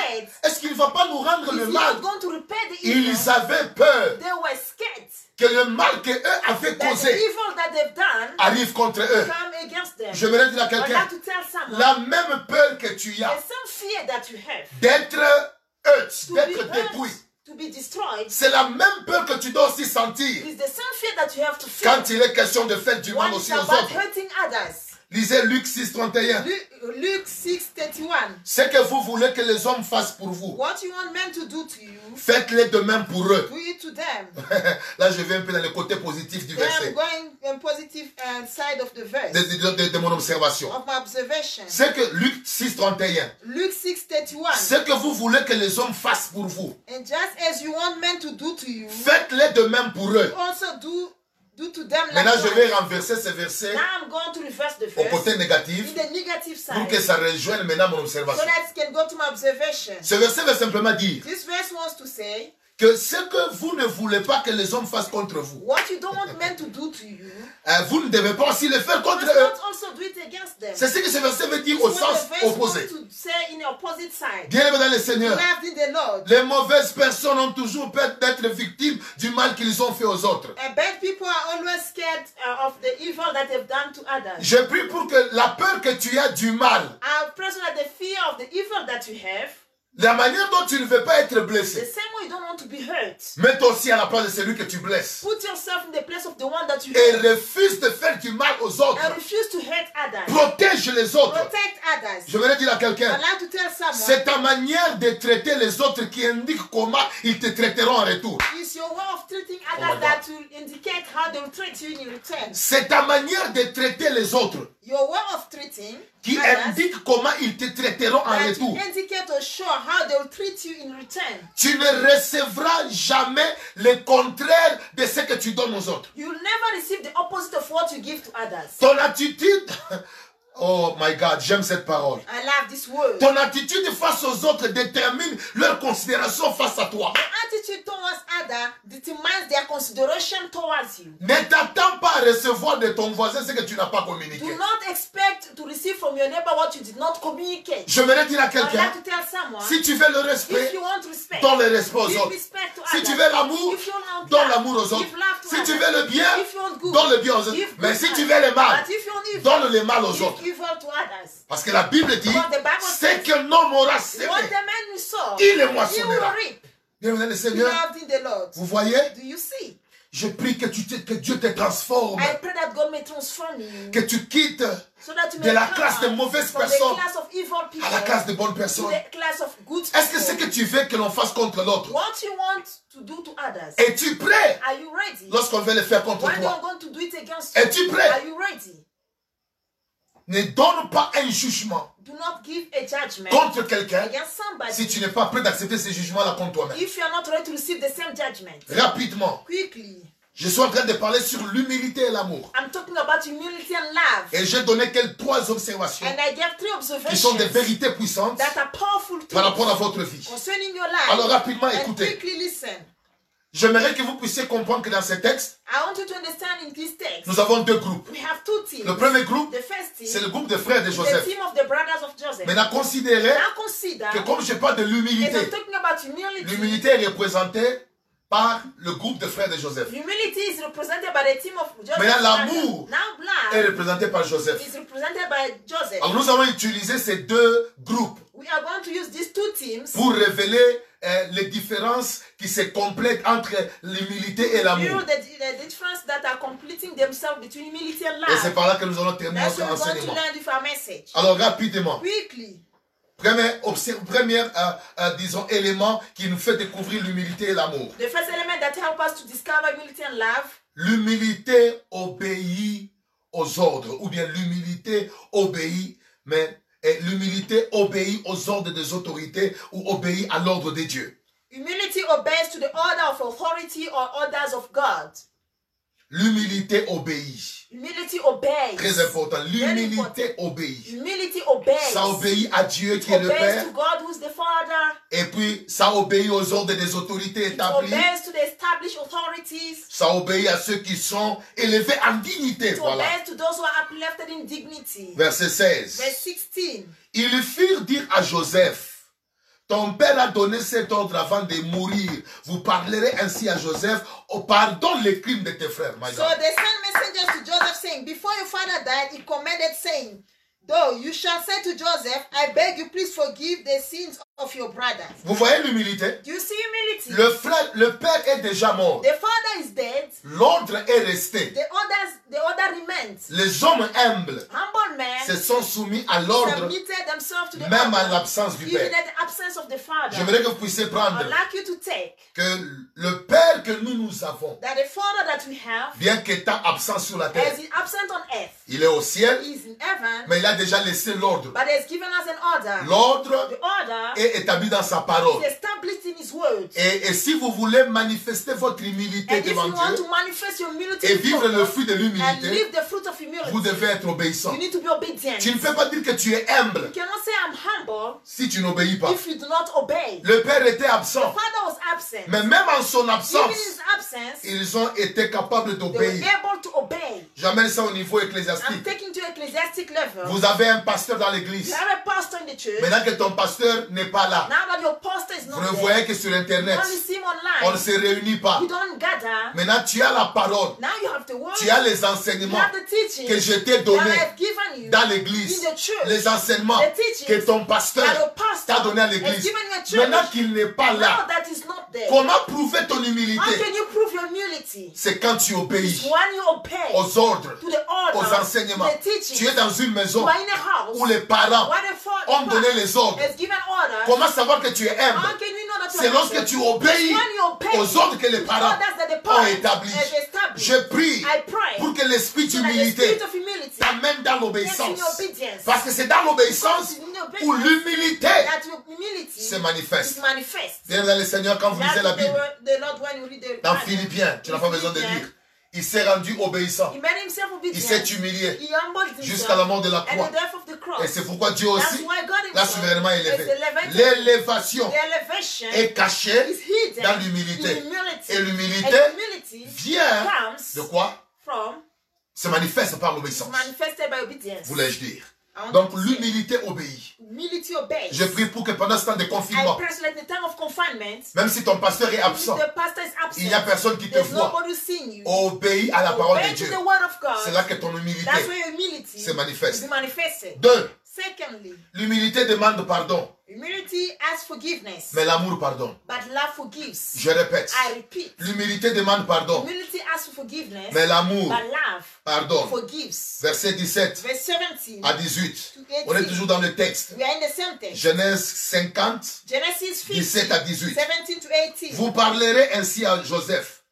Speaker 2: est-ce qu'il ne va pas nous rendre
Speaker 3: If
Speaker 2: le
Speaker 3: you
Speaker 2: mal
Speaker 3: are going to repair the evil,
Speaker 2: Ils avaient peur
Speaker 3: they were scared
Speaker 2: que le mal que eux avaient
Speaker 3: that the
Speaker 2: causé
Speaker 3: evil that they've done
Speaker 2: arrive contre eux.
Speaker 3: come against them.
Speaker 2: Je voudrais dire à
Speaker 3: But I
Speaker 2: quelqu'un,
Speaker 3: have to tell someone,
Speaker 2: la même peur que tu as
Speaker 3: there's some fear that you have
Speaker 2: d'être hurt,
Speaker 3: to be
Speaker 2: d'être
Speaker 3: hurt,
Speaker 2: détruit,
Speaker 3: to be destroyed.
Speaker 2: c'est la même peur que tu dois aussi sentir
Speaker 3: It's the same fear that you have to feel
Speaker 2: quand il est question de faire du
Speaker 3: when
Speaker 2: mal
Speaker 3: it's
Speaker 2: aussi aux
Speaker 3: about
Speaker 2: autres.
Speaker 3: hurting others.
Speaker 2: Lisez Luc 6, 31.
Speaker 3: Lu- Luke 6 31.
Speaker 2: Ce que vous voulez que les hommes fassent pour vous,
Speaker 3: What you want men to do to you,
Speaker 2: faites-les de même pour eux.
Speaker 3: do it to them.
Speaker 2: Là, je vais un peu dans le côté positif du
Speaker 3: Then I'm
Speaker 2: verset,
Speaker 3: going on positive uh, side of the
Speaker 2: de,
Speaker 3: verse,
Speaker 2: de- de- de mon observation.
Speaker 3: of my observation.
Speaker 2: C'est que Luc 6, 31,
Speaker 3: Luke 6 31.
Speaker 2: ce que vous voulez que les hommes fassent pour vous,
Speaker 3: And just as you want men to do to you,
Speaker 2: faites-les de même pour eux.
Speaker 3: also do do to them like
Speaker 2: Maintenant, je vais renverser ce verset
Speaker 3: Now I'm going to reverse the
Speaker 2: au
Speaker 3: verse
Speaker 2: côté négatif
Speaker 3: in the negative
Speaker 2: pour
Speaker 3: side
Speaker 2: que
Speaker 3: so
Speaker 2: ça rejoigne maintenant mon observation.
Speaker 3: that it can go to my observation.
Speaker 2: Ce verset veut simplement dire
Speaker 3: This verse wants to say
Speaker 2: que ce que vous ne voulez pas que les hommes fassent contre vous,
Speaker 3: what you don't want men to do to you, you
Speaker 2: euh, vous ne devez pas aussi le faire contre
Speaker 3: must
Speaker 2: eux.
Speaker 3: not also do it against them.
Speaker 2: C'est ce que ce verset veut dire
Speaker 3: It's
Speaker 2: au
Speaker 3: what
Speaker 2: sens
Speaker 3: the verse
Speaker 2: opposé.
Speaker 3: wants to say in the opposite side.
Speaker 2: Bien-aimé dans le Seigneur,
Speaker 3: Loved in the Lord.
Speaker 2: les mauvaises personnes ont toujours peur d'être victimes du mal qu'ils ont fait aux autres.
Speaker 3: And bad people are always scared uh, of the evil that they've done to others.
Speaker 2: Je prie pour que la peur que tu as du mal,
Speaker 3: Our person that the fear of the evil that you have,
Speaker 2: la manière dont tu ne veux pas être
Speaker 3: the
Speaker 2: blessé,
Speaker 3: same way you don't want to be hurt.
Speaker 2: mets-toi aussi à la place de celui que tu blesses
Speaker 3: Put yourself in the place of the one that you
Speaker 2: et
Speaker 3: hate
Speaker 2: refuse de faire du mal aux autres.
Speaker 3: and refuse to hurt others.
Speaker 2: Protège les autres.
Speaker 3: Protect others.
Speaker 2: Je voudrais dire à
Speaker 3: I
Speaker 2: quelqu'un,
Speaker 3: like to tell someone
Speaker 2: c'est ta manière de traiter les autres qui indique comment ils te traiteront en retour.
Speaker 3: it's your way of treating
Speaker 2: Oh my God.
Speaker 3: others that will indicate how they will treat you in return.
Speaker 2: C'est ta manière de traiter les autres
Speaker 3: Your way of treating
Speaker 2: qui
Speaker 3: others
Speaker 2: indique comment ils te traiteront en
Speaker 3: that
Speaker 2: retour.
Speaker 3: will indicate or show how they will treat you in return.
Speaker 2: Tu ne recevras jamais le contraire de ce que tu donnes aux autres.
Speaker 3: You will never receive the opposite of what you give to others.
Speaker 2: Ton attitude, oh my God, j'aime cette parole.
Speaker 3: I love this word. The
Speaker 2: Ton attitude face aux autres détermine leur considération face à toi.
Speaker 3: attitude towards other determines their consideration towards you.
Speaker 2: Ne t'attends pas à recevoir de ton voisin ce que tu n'as pas
Speaker 3: Do
Speaker 2: communiqué.
Speaker 3: not expect to receive from your neighbor what you did not communicate.
Speaker 2: Je voudrais dire à
Speaker 3: I'd
Speaker 2: quelqu'un,
Speaker 3: like to tell someone
Speaker 2: si tu veux le
Speaker 3: if
Speaker 2: respect,
Speaker 3: you want respect,
Speaker 2: donne le respect aux
Speaker 3: give
Speaker 2: autres.
Speaker 3: respect to
Speaker 2: Si
Speaker 3: others.
Speaker 2: tu veux l'amour,
Speaker 3: If you want
Speaker 2: donne
Speaker 3: love,
Speaker 2: l'amour aux autres.
Speaker 3: give love to
Speaker 2: Si tu
Speaker 3: others.
Speaker 2: veux le bien,
Speaker 3: If you want good,
Speaker 2: donne le bien aux autres.
Speaker 3: give
Speaker 2: Mais
Speaker 3: good
Speaker 2: si
Speaker 3: to
Speaker 2: tu
Speaker 3: others.
Speaker 2: veux le mal,
Speaker 3: But if you want evil,
Speaker 2: donne le mal aux
Speaker 3: give
Speaker 2: autres.
Speaker 3: evil to others.
Speaker 2: Parce que la Bible dit,
Speaker 3: What the Bible
Speaker 2: c'est
Speaker 3: says.
Speaker 2: qu'un homme aura semé.
Speaker 3: What the man will sow,
Speaker 2: Il le
Speaker 3: he will
Speaker 2: moissonnera.
Speaker 3: reap.
Speaker 2: Bien, le Seigneur,
Speaker 3: Loved in the Lord.
Speaker 2: vous voyez,
Speaker 3: Do you see?
Speaker 2: Je prie que, tu te- que Dieu te transforme,
Speaker 3: I pray that God may transform you
Speaker 2: que tu quittes
Speaker 3: so that you
Speaker 2: de
Speaker 3: may
Speaker 2: la
Speaker 3: come
Speaker 2: classe des mauvaises
Speaker 3: from
Speaker 2: personnes
Speaker 3: the class of evil people
Speaker 2: à la classe des bonnes
Speaker 3: to
Speaker 2: personnes.
Speaker 3: the class of good people.
Speaker 2: Est-ce que c'est que tu veux que l'on fasse contre l'autre
Speaker 3: What you want to do to others,
Speaker 2: Es-tu prêt
Speaker 3: are you ready?
Speaker 2: lorsqu'on veut le faire contre
Speaker 3: When you are
Speaker 2: toi
Speaker 3: going to Eh, do it against
Speaker 2: Es-tu
Speaker 3: you,
Speaker 2: prêt?
Speaker 3: are you ready?
Speaker 2: Ne donne pas un jugement
Speaker 3: Do not give a judgment
Speaker 2: contre quelqu'un
Speaker 3: against somebody
Speaker 2: si tu n'es pas prêt d'accepter ce jugement-là contre toi-même.
Speaker 3: if you are not ready to receive the same judgment.
Speaker 2: Rapidement,
Speaker 3: Quickly,
Speaker 2: je suis en train de parler sur l'humilité et l'amour.
Speaker 3: I'm talking about humility and love,
Speaker 2: Et j'ai donné quelques trois observations
Speaker 3: and I gave three
Speaker 2: qui
Speaker 3: observations
Speaker 2: sont des vérités puissantes
Speaker 3: that are powerful
Speaker 2: par rapport à
Speaker 3: tools
Speaker 2: votre vie.
Speaker 3: concerning your life.
Speaker 2: Alors rapidement,
Speaker 3: and
Speaker 2: écoutez.
Speaker 3: quickly listen.
Speaker 2: J'aimerais que vous puissiez comprendre que dans ces textes,
Speaker 3: I want you to understand in this text,
Speaker 2: nous avons deux groupes.
Speaker 3: we have two teams.
Speaker 2: Le premier groupe,
Speaker 3: the first team
Speaker 2: c'est le groupe des frères de
Speaker 3: is
Speaker 2: Joseph.
Speaker 3: the team of the brothers of Joseph.
Speaker 2: Maintenant, considérez
Speaker 3: Now consider,
Speaker 2: que comme je parle de
Speaker 3: as I'm
Speaker 2: l'humilité,
Speaker 3: talking about humility,
Speaker 2: l'humilité est représentée par le groupe des frères de Joseph.
Speaker 3: humility is represented by the team of Joseph.
Speaker 2: Maintenant, l'amour
Speaker 3: now
Speaker 2: Est
Speaker 3: love
Speaker 2: représenté par Joseph.
Speaker 3: is represented by Joseph.
Speaker 2: Alors nous allons utiliser ces deux groupes
Speaker 3: We are going to use these two teams
Speaker 2: pour révéler euh, les différences qui se complètent entre l'humilité et
Speaker 3: You know
Speaker 2: l'amour.
Speaker 3: the, the difference that are completing themselves between humility and
Speaker 2: Et c'est
Speaker 3: love.
Speaker 2: par là que nous allons terminer
Speaker 3: That's
Speaker 2: notre
Speaker 3: what we're going to
Speaker 2: enseignement.
Speaker 3: learn from our message.
Speaker 2: Alors rapidement,
Speaker 3: Quickly,
Speaker 2: premier, obser- premier euh, euh, disons, élément qui nous fait découvrir l'humilité et l'amour.
Speaker 3: the first element that help us to discover humility and love,
Speaker 2: L'humilité obéit aux ordres, ou bien l'humilité obéit, mais et l'humilité obéit aux ordres des autorités ou obéit à l'ordre des dieux.
Speaker 3: humility obeys to the order of authority or orders of God.
Speaker 2: L'humilité obéit.
Speaker 3: Humility obeys.
Speaker 2: Très important.
Speaker 3: Very
Speaker 2: L'humilité obéit.
Speaker 3: Humility obeys.
Speaker 2: Ça obéit à Dieu qui est le
Speaker 3: Obeys
Speaker 2: Père,
Speaker 3: to God who's the Father.
Speaker 2: et puis ça obéit aux ordres des autorités
Speaker 3: It
Speaker 2: établies.
Speaker 3: obeys to the established authorities.
Speaker 2: Ça obéit à ceux qui sont élevés en dignité.
Speaker 3: It
Speaker 2: Voilà.
Speaker 3: obeys to those who are uplifted in dignity.
Speaker 2: Verset 16.
Speaker 3: Verse 16.
Speaker 2: Ils lui firent dire à Joseph, ton père a donné cet ordre avant de mourir. Vous parlerez ainsi à Joseph, oh, pardonne les crimes de tes frères. my
Speaker 3: So
Speaker 2: God.
Speaker 3: they sent messengers to Joseph, saying, Before your father died, he commanded, saying, Though you shall say to Joseph, I beg you, please forgive the sins of your brothers.
Speaker 2: Vous voyez l'humilité
Speaker 3: Do you see humility?
Speaker 2: le, frère, le père est déjà mort.
Speaker 3: The father is dead,
Speaker 2: L'ordre est resté.
Speaker 3: the others, the other remains.
Speaker 2: Les hommes humbles
Speaker 3: Humble men
Speaker 2: se sont soumis à l'ordre,
Speaker 3: submitted themselves to the
Speaker 2: même à
Speaker 3: father,
Speaker 2: l'absence du
Speaker 3: even
Speaker 2: père.
Speaker 3: at the absence of the father.
Speaker 2: J'aimerais que vous puissiez prendre
Speaker 3: I'd like you to take
Speaker 2: que le père que nous nous avons,
Speaker 3: that the father that we have,
Speaker 2: bien qu'étant absent sur la terre,
Speaker 3: as is absent on earth,
Speaker 2: il est au
Speaker 3: he
Speaker 2: ciel,
Speaker 3: is in heaven,
Speaker 2: mais il a déjà laissé l'ordre.
Speaker 3: but has given us an order.
Speaker 2: L'ordre
Speaker 3: The order
Speaker 2: est établi dans sa parole.
Speaker 3: is established in his word.
Speaker 2: Et, et si vous voulez manifester votre humilité
Speaker 3: And if you
Speaker 2: devant
Speaker 3: want
Speaker 2: Dieu
Speaker 3: to manifest your humility
Speaker 2: et
Speaker 3: to
Speaker 2: vivre
Speaker 3: God
Speaker 2: le fruit de
Speaker 3: and
Speaker 2: l'humilité,
Speaker 3: live the fruit of humility,
Speaker 2: vous devez être obéissant.
Speaker 3: you need to be obedient.
Speaker 2: Tu ne
Speaker 3: You
Speaker 2: peux pas dire que tu es humble
Speaker 3: cannot say I'm humble
Speaker 2: si tu n'obéis pas.
Speaker 3: if you do not obey.
Speaker 2: Le Père était
Speaker 3: The
Speaker 2: absent,
Speaker 3: father was absent.
Speaker 2: mais même en son
Speaker 3: Even in his
Speaker 2: absence,
Speaker 3: absence, they
Speaker 2: ils ont été capables
Speaker 3: were
Speaker 2: d'obéir.
Speaker 3: able to obey.
Speaker 2: J'amène ça au niveau
Speaker 3: I'm
Speaker 2: ecclésiastique.
Speaker 3: taking to ecclesiastic level.
Speaker 2: Vous avez un pasteur dans
Speaker 3: you
Speaker 2: l'église.
Speaker 3: have a pastor in the church.
Speaker 2: Maintenant que ton pasteur n'est pas là,
Speaker 3: now that your pastor is
Speaker 2: vous
Speaker 3: not
Speaker 2: ne
Speaker 3: there,
Speaker 2: voyez que sur
Speaker 3: you
Speaker 2: Internet,
Speaker 3: only see him
Speaker 2: on ne
Speaker 3: online.
Speaker 2: se réunit pas.
Speaker 3: You don't gather.
Speaker 2: Maintenant, tu as la parole,
Speaker 3: Now you have the word.
Speaker 2: tu as les
Speaker 3: you
Speaker 2: enseignements
Speaker 3: have the teaching
Speaker 2: que je t'ai
Speaker 3: that
Speaker 2: donnés.
Speaker 3: I've given you
Speaker 2: dans l'église,
Speaker 3: in the church.
Speaker 2: les enseignements
Speaker 3: the teachings
Speaker 2: que ton
Speaker 3: that your
Speaker 2: pasteur
Speaker 3: pastor
Speaker 2: t'a donné à
Speaker 3: has
Speaker 2: l'église,
Speaker 3: given you a church.
Speaker 2: maintenant qu'il n'est pas
Speaker 3: Now
Speaker 2: là,
Speaker 3: that is not there.
Speaker 2: comment prouver ton
Speaker 3: How
Speaker 2: humilité
Speaker 3: can you prove your humility?
Speaker 2: C'est quand tu
Speaker 3: It's
Speaker 2: obéis
Speaker 3: when you obey
Speaker 2: aux ordres,
Speaker 3: to the order,
Speaker 2: aux enseignements.
Speaker 3: to the teaching.
Speaker 2: Tu es dans une
Speaker 3: you
Speaker 2: maison
Speaker 3: are in a house
Speaker 2: où les parents
Speaker 3: where the father
Speaker 2: ont donné les ordres.
Speaker 3: has given orders.
Speaker 2: Comment savoir que tu es
Speaker 3: How
Speaker 2: humble
Speaker 3: can you know that
Speaker 2: C'est
Speaker 3: you are
Speaker 2: lorsque
Speaker 3: humble?
Speaker 2: tu obéis
Speaker 3: When you obey
Speaker 2: aux ordres que les
Speaker 3: to
Speaker 2: parents
Speaker 3: orders that the
Speaker 2: ont
Speaker 3: parents
Speaker 2: établis.
Speaker 3: have established.
Speaker 2: Je prie
Speaker 3: I pray
Speaker 2: pour que l'esprit
Speaker 3: So that the spirit
Speaker 2: d'humilité
Speaker 3: of humility
Speaker 2: t'amène dans l'obéissance.
Speaker 3: Yes, in obedience.
Speaker 2: Parce que c'est dans l'obéissance
Speaker 3: Because in obedience,
Speaker 2: où l'humilité
Speaker 3: that your humility
Speaker 2: se manifeste.
Speaker 3: is manifest.
Speaker 2: Bien dans le Seigneur, quand vous
Speaker 3: That
Speaker 2: lisez
Speaker 3: is
Speaker 2: la
Speaker 3: the
Speaker 2: Bible,
Speaker 3: word- the Lord when you read the
Speaker 2: dans
Speaker 3: Bible.
Speaker 2: Philippiens, tu n'as
Speaker 3: In
Speaker 2: pas besoin de
Speaker 3: Philippiens,
Speaker 2: lire, il s'est rendu obéissant.
Speaker 3: He made himself
Speaker 2: Il
Speaker 3: obedient.
Speaker 2: s'est humilié
Speaker 3: He humbled himself
Speaker 2: jusqu'à la mort de la
Speaker 3: and
Speaker 2: croix.
Speaker 3: the death of the cross.
Speaker 2: Et c'est pourquoi Dieu
Speaker 3: That's
Speaker 2: aussi
Speaker 3: why God
Speaker 2: l'a
Speaker 3: himself
Speaker 2: souverainement
Speaker 3: has
Speaker 2: élevé.
Speaker 3: elevated
Speaker 2: L'élévation
Speaker 3: The elevation
Speaker 2: est cachée
Speaker 3: is hidden
Speaker 2: dans l'humilité.
Speaker 3: in humility.
Speaker 2: Et l'humilité
Speaker 3: And humility
Speaker 2: vient de
Speaker 3: comes
Speaker 2: quoi
Speaker 3: from
Speaker 2: Se manifeste par l'obéissance,
Speaker 3: is manifested by obedience.
Speaker 2: voulais-je dire.
Speaker 3: I want
Speaker 2: Donc
Speaker 3: to say,
Speaker 2: l'humilité obéit.
Speaker 3: humility obeys.
Speaker 2: Je prie pour que pendant ce temps de
Speaker 3: I
Speaker 2: confinement,
Speaker 3: pray so that in the time of confinement,
Speaker 2: même si ton pasteur est
Speaker 3: if
Speaker 2: absent,
Speaker 3: the pastor is
Speaker 2: il
Speaker 3: absent,
Speaker 2: n'y a personne qui te
Speaker 3: there's
Speaker 2: voit.
Speaker 3: nobody seeing you.
Speaker 2: Obéis à la parole
Speaker 3: Obey
Speaker 2: de
Speaker 3: to
Speaker 2: Dieu.
Speaker 3: the word of God.
Speaker 2: C'est là que ton humilité.
Speaker 3: That's where humility
Speaker 2: se manifeste.
Speaker 3: is manifested.
Speaker 2: Deux,
Speaker 3: Secondly,
Speaker 2: l'humilité demande pardon.
Speaker 3: Humility asks forgiveness,
Speaker 2: mais l'amour pardonne.
Speaker 3: but love forgives.
Speaker 2: Je répète,
Speaker 3: I repeat,
Speaker 2: l'humilité demande pardon,
Speaker 3: humility asks for forgiveness,
Speaker 2: mais l'amour
Speaker 3: but love
Speaker 2: pardonne.
Speaker 3: forgives.
Speaker 2: Verset 17
Speaker 3: Verse 17,
Speaker 2: à 18. On est toujours dans le texte.
Speaker 3: we are in the same text.
Speaker 2: Genèse 50,
Speaker 3: Genesis
Speaker 2: 17
Speaker 3: 15,
Speaker 2: à 18.
Speaker 3: 17 to 18.
Speaker 2: Vous parlerez ainsi à Joseph.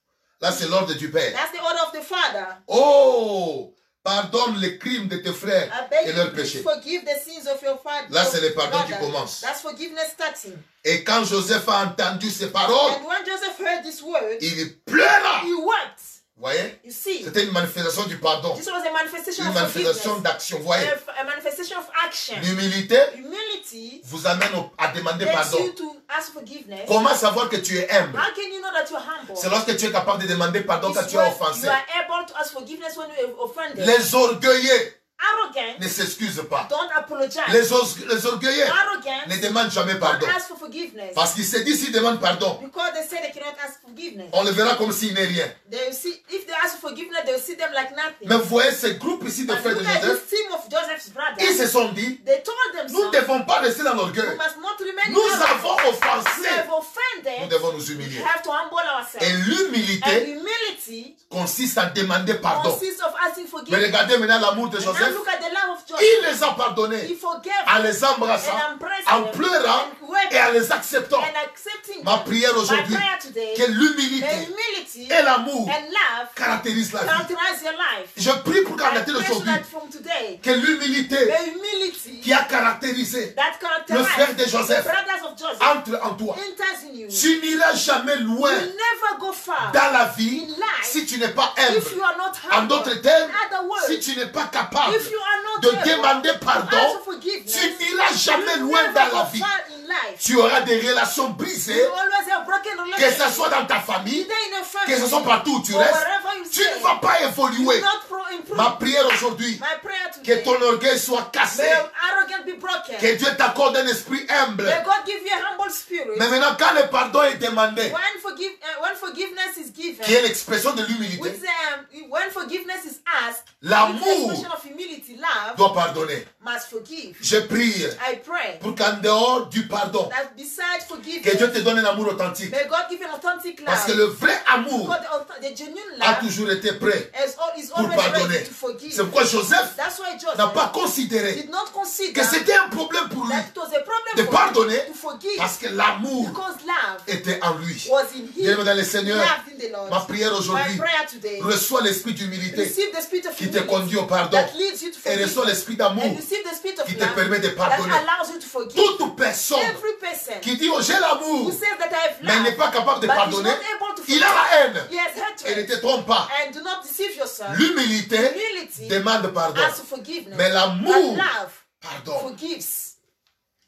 Speaker 2: Là, c'est l'ordre du Père.
Speaker 3: That's the order of the Father.
Speaker 2: Oh, pardonne les crimes de tes frères
Speaker 3: I beg
Speaker 2: et
Speaker 3: you,
Speaker 2: leurs
Speaker 3: please
Speaker 2: péchés.
Speaker 3: forgive the sins of your father.
Speaker 2: Là, c'est le pardon qui
Speaker 3: brother.
Speaker 2: commence.
Speaker 3: That's forgiveness starting.
Speaker 2: Et quand Joseph a entendu ces paroles,
Speaker 3: And when Joseph heard this word,
Speaker 2: Oh! il pleura.
Speaker 3: he wept.
Speaker 2: Vous voyez
Speaker 3: You see,
Speaker 2: C'était une manifestation du pardon.
Speaker 3: this was a manifestation
Speaker 2: Une
Speaker 3: of forgiveness.
Speaker 2: manifestation d'action. Vous voyez
Speaker 3: A- A manifestation of action.
Speaker 2: L'humilité
Speaker 3: Humility
Speaker 2: vous amène au- à demander
Speaker 3: takes you
Speaker 2: pardon.
Speaker 3: to ask forgiveness.
Speaker 2: Comment savoir que tu es humble
Speaker 3: How can you know that you're humble?
Speaker 2: C'est lorsque tu es capable de demander pardon
Speaker 3: Ah It's
Speaker 2: quand tu es
Speaker 3: when
Speaker 2: offensé.
Speaker 3: You are able to ask forgiveness when you are offended.
Speaker 2: Les orgueilleux
Speaker 3: Arrogant,
Speaker 2: ne s'excusent pas.
Speaker 3: don't apologize.
Speaker 2: Les, os- les orgueilleux
Speaker 3: Arrogant,
Speaker 2: ne demandent jamais pardon.
Speaker 3: don't ask for forgiveness.
Speaker 2: Parce qu'il s'est dit s'il demande pardon,
Speaker 3: Because they say they cannot ask forgiveness.
Speaker 2: on le verra comme s'il n'est rien.
Speaker 3: They will see if they ask for forgiveness, they will see them like nothing.
Speaker 2: Mais vous voyez, ce groupe ici de
Speaker 3: But
Speaker 2: frères de
Speaker 3: look at
Speaker 2: Joseph,
Speaker 3: this team of Joseph's brothers.
Speaker 2: ils se sont dit,
Speaker 3: They told
Speaker 2: nous ne
Speaker 3: themselves,
Speaker 2: devons pas rester dans
Speaker 3: we
Speaker 2: l'orgueil.
Speaker 3: must not remain
Speaker 2: Nous
Speaker 3: arrogant.
Speaker 2: avons
Speaker 3: We
Speaker 2: offensé.
Speaker 3: have
Speaker 2: Nous
Speaker 3: offended.
Speaker 2: devons nous
Speaker 3: We
Speaker 2: humilier.
Speaker 3: have to humble
Speaker 2: Et
Speaker 3: ourselves. And
Speaker 2: l'humilité
Speaker 3: humility
Speaker 2: consiste à demander eh? pardon.
Speaker 3: consists of asking
Speaker 2: Mais
Speaker 3: forgiveness.
Speaker 2: regardez maintenant l'amour de
Speaker 3: And now
Speaker 2: Joseph.
Speaker 3: look at the love of
Speaker 2: Il
Speaker 3: Joseph.
Speaker 2: les a
Speaker 3: He
Speaker 2: pardonnés
Speaker 3: forgave
Speaker 2: en
Speaker 3: them
Speaker 2: les embrassant,
Speaker 3: And embracing
Speaker 2: en
Speaker 3: them.
Speaker 2: pleurant
Speaker 3: And wept.
Speaker 2: et en les acceptant.
Speaker 3: and accepting
Speaker 2: Ma
Speaker 3: them.
Speaker 2: prière aujourd'hui,
Speaker 3: My prayer today,
Speaker 2: que
Speaker 3: the
Speaker 2: l'humilité
Speaker 3: humility
Speaker 2: et l'amour
Speaker 3: and love
Speaker 2: caractérisent la vie.
Speaker 3: characterize your life.
Speaker 2: Je prie pour qu'en
Speaker 3: I
Speaker 2: été
Speaker 3: pray so
Speaker 2: aujourd'hui,
Speaker 3: that from today,
Speaker 2: que l'humilité
Speaker 3: the humility
Speaker 2: qui a caractérisé
Speaker 3: that
Speaker 2: le frère
Speaker 3: characterized
Speaker 2: de Joseph
Speaker 3: the brothers of Joseph
Speaker 2: entre en toi.
Speaker 3: enters in you.
Speaker 2: Tu n'iras jamais
Speaker 3: You
Speaker 2: loin
Speaker 3: never go far
Speaker 2: dans la vie
Speaker 3: in life
Speaker 2: si tu n'es pas
Speaker 3: if you
Speaker 2: humble.
Speaker 3: are not
Speaker 2: En
Speaker 3: humble.
Speaker 2: d'autres termes,
Speaker 3: in other words,
Speaker 2: si tu n'es pas capable
Speaker 3: if you are not
Speaker 2: de
Speaker 3: able
Speaker 2: demander
Speaker 3: to ask
Speaker 2: pardon,
Speaker 3: for forgiveness,
Speaker 2: tu n'iras jamais
Speaker 3: you
Speaker 2: loin
Speaker 3: never
Speaker 2: dans la
Speaker 3: go
Speaker 2: vie.
Speaker 3: far in life.
Speaker 2: Tu auras des relations brisées,
Speaker 3: You always have broken
Speaker 2: que ce
Speaker 3: relationships.
Speaker 2: soit dans ta famille,
Speaker 3: Either in a family
Speaker 2: que ce soit partout où tu
Speaker 3: or
Speaker 2: restes.
Speaker 3: wherever you
Speaker 2: Tu
Speaker 3: stay.
Speaker 2: ne vas pas
Speaker 3: You
Speaker 2: évoluer.
Speaker 3: not pro- improve.
Speaker 2: Ma prière aujourd'hui,
Speaker 3: My prayer today.
Speaker 2: que ton orgueil soit cassé,
Speaker 3: May your arrogance be broken.
Speaker 2: que Dieu t'accorde un esprit humble.
Speaker 3: May God give you a humble spirit.
Speaker 2: Mais maintenant, quand le pardon est demandé,
Speaker 3: When, forgive, uh, when forgiveness is given,
Speaker 2: qui est l'expression de l'humilité,
Speaker 3: which, um, when forgiveness is asked,
Speaker 2: L'amour
Speaker 3: with the expression of humility, love
Speaker 2: doit pardonner.
Speaker 3: must forgive.
Speaker 2: Je prie
Speaker 3: I pray
Speaker 2: pour qu'en dehors du pardon,
Speaker 3: that besides
Speaker 2: que Dieu
Speaker 3: forgiveness,
Speaker 2: te donne un amour authentique.
Speaker 3: may God give an authentic love.
Speaker 2: Parce que le vrai amour
Speaker 3: because the, auth- the genuine
Speaker 2: a
Speaker 3: love
Speaker 2: toujours été prêt
Speaker 3: is, al- is
Speaker 2: pour
Speaker 3: always
Speaker 2: pardonner.
Speaker 3: ready to forgive.
Speaker 2: C'est pourquoi Joseph
Speaker 3: That's why
Speaker 2: n'a
Speaker 3: Joseph
Speaker 2: pas considéré
Speaker 3: did not consider
Speaker 2: que c'était un problème pour lui
Speaker 3: that it was a problem
Speaker 2: de
Speaker 3: for
Speaker 2: pardonner
Speaker 3: him to forgive
Speaker 2: parce que l'amour
Speaker 3: because love
Speaker 2: était en lui.
Speaker 3: was in him.
Speaker 2: Bien-aimé dans le Seigneur,
Speaker 3: Loved in the Lord.
Speaker 2: ma prière
Speaker 3: My
Speaker 2: aujourd'hui,
Speaker 3: prayer today.
Speaker 2: reçois l'esprit d'humilité
Speaker 3: Receive the spirit of
Speaker 2: qui te
Speaker 3: humility
Speaker 2: conduit au pardon
Speaker 3: that leads you to
Speaker 2: et
Speaker 3: forgive.
Speaker 2: reçois l'esprit d'amour
Speaker 3: and receive the spirit of
Speaker 2: qui te
Speaker 3: love
Speaker 2: permet de pardonner.
Speaker 3: that allows you to forgive.
Speaker 2: Toute personne
Speaker 3: Every person
Speaker 2: qui dit, oh j'ai
Speaker 3: who
Speaker 2: l'amour,
Speaker 3: says that I have
Speaker 2: mais il n'est
Speaker 3: loved,
Speaker 2: pas capable de
Speaker 3: but
Speaker 2: pardonner,
Speaker 3: is not able to forgive,
Speaker 2: il a la haine.
Speaker 3: he has
Speaker 2: Et ne
Speaker 3: hatred.
Speaker 2: te trompe pas.
Speaker 3: And do not deceive yourself.
Speaker 2: L'humilité
Speaker 3: Humility
Speaker 2: demande pardon.
Speaker 3: asks for forgiveness.
Speaker 2: Mais l'amour
Speaker 3: But love
Speaker 2: Pardon.
Speaker 3: forgives.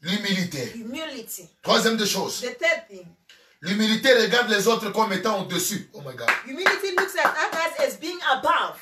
Speaker 2: L'humilité.
Speaker 3: Humility.
Speaker 2: Troisième des choses.
Speaker 3: The third thing.
Speaker 2: L'humilité regarde les autres comme étant au-dessus. Oh my God.
Speaker 3: Humility looks at others as being above.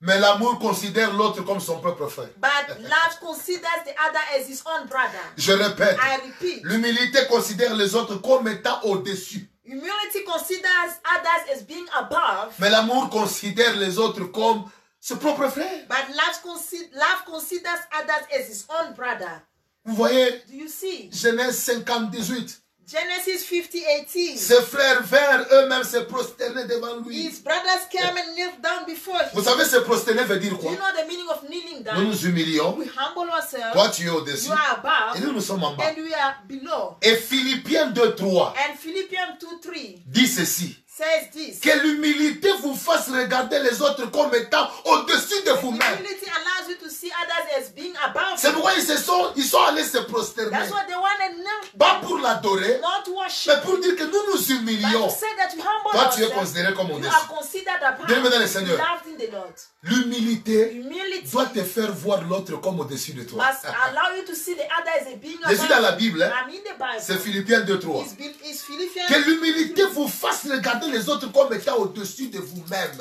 Speaker 2: Mais l'amour considère l'autre comme son propre frère.
Speaker 3: But love considers the other as his own brother.
Speaker 2: Je répète.
Speaker 3: I repeat.
Speaker 2: L'humilité considère les autres comme étant au-dessus.
Speaker 3: Humility considers others as being above.
Speaker 2: Mais l'amour considère les autres comme ses propres frères.
Speaker 3: But love, consi- love considers others as his own brother.
Speaker 2: Vous voyez,
Speaker 3: Do you see?
Speaker 2: Genèse 50, 18.
Speaker 3: Genesis 50 18.
Speaker 2: Ses frères vinrent eux-mêmes se prosterner devant lui.
Speaker 3: His brothers came and knelt down before him.
Speaker 2: Vous savez, se prosterner veut dire
Speaker 3: Do
Speaker 2: quoi
Speaker 3: you know the meaning of kneeling
Speaker 2: Nous
Speaker 3: down?
Speaker 2: nous humilions.
Speaker 3: We humble
Speaker 2: Toi,
Speaker 3: ourselves.
Speaker 2: tu es au-dessus.
Speaker 3: You are above,
Speaker 2: Et nous, nous sommes en bas.
Speaker 3: and we are below.
Speaker 2: Et Philippiens 2, 3
Speaker 3: And Philippians 2 3
Speaker 2: dit ceci.
Speaker 3: says this.
Speaker 2: Que l'humilité vous fasse regarder les autres comme étant au-dessus de vous-même.
Speaker 3: Humility allows you to see others as being above.
Speaker 2: C'est
Speaker 3: you.
Speaker 2: pourquoi ils, se sont, ils sont allés se prosterner.
Speaker 3: That's what they want and knelt
Speaker 2: Pas pour l'adorer,
Speaker 3: not
Speaker 2: mais
Speaker 3: worship.
Speaker 2: pour dire que nous nous
Speaker 3: But to
Speaker 2: humilions.
Speaker 3: say that we humble
Speaker 2: Toi, tu es
Speaker 3: ourselves,
Speaker 2: considéré comme
Speaker 3: you
Speaker 2: au-dessus.
Speaker 3: are considered above,
Speaker 2: Bien-aimé dans le Seigneur.
Speaker 3: loved in the Lord.
Speaker 2: L'humilité
Speaker 3: Humility
Speaker 2: doit te faire voir l'autre comme au-dessus de toi.
Speaker 3: must allow you to see the other as a being
Speaker 2: Je suis dans la
Speaker 3: above.
Speaker 2: Bible, hein.
Speaker 3: I'm in the Bible.
Speaker 2: c'est Philippiens 2, 3.
Speaker 3: It's, Bil- it's Philippians.
Speaker 2: Que l'humilité vous fasse regarder les autres comme étant au-dessus de vous-même.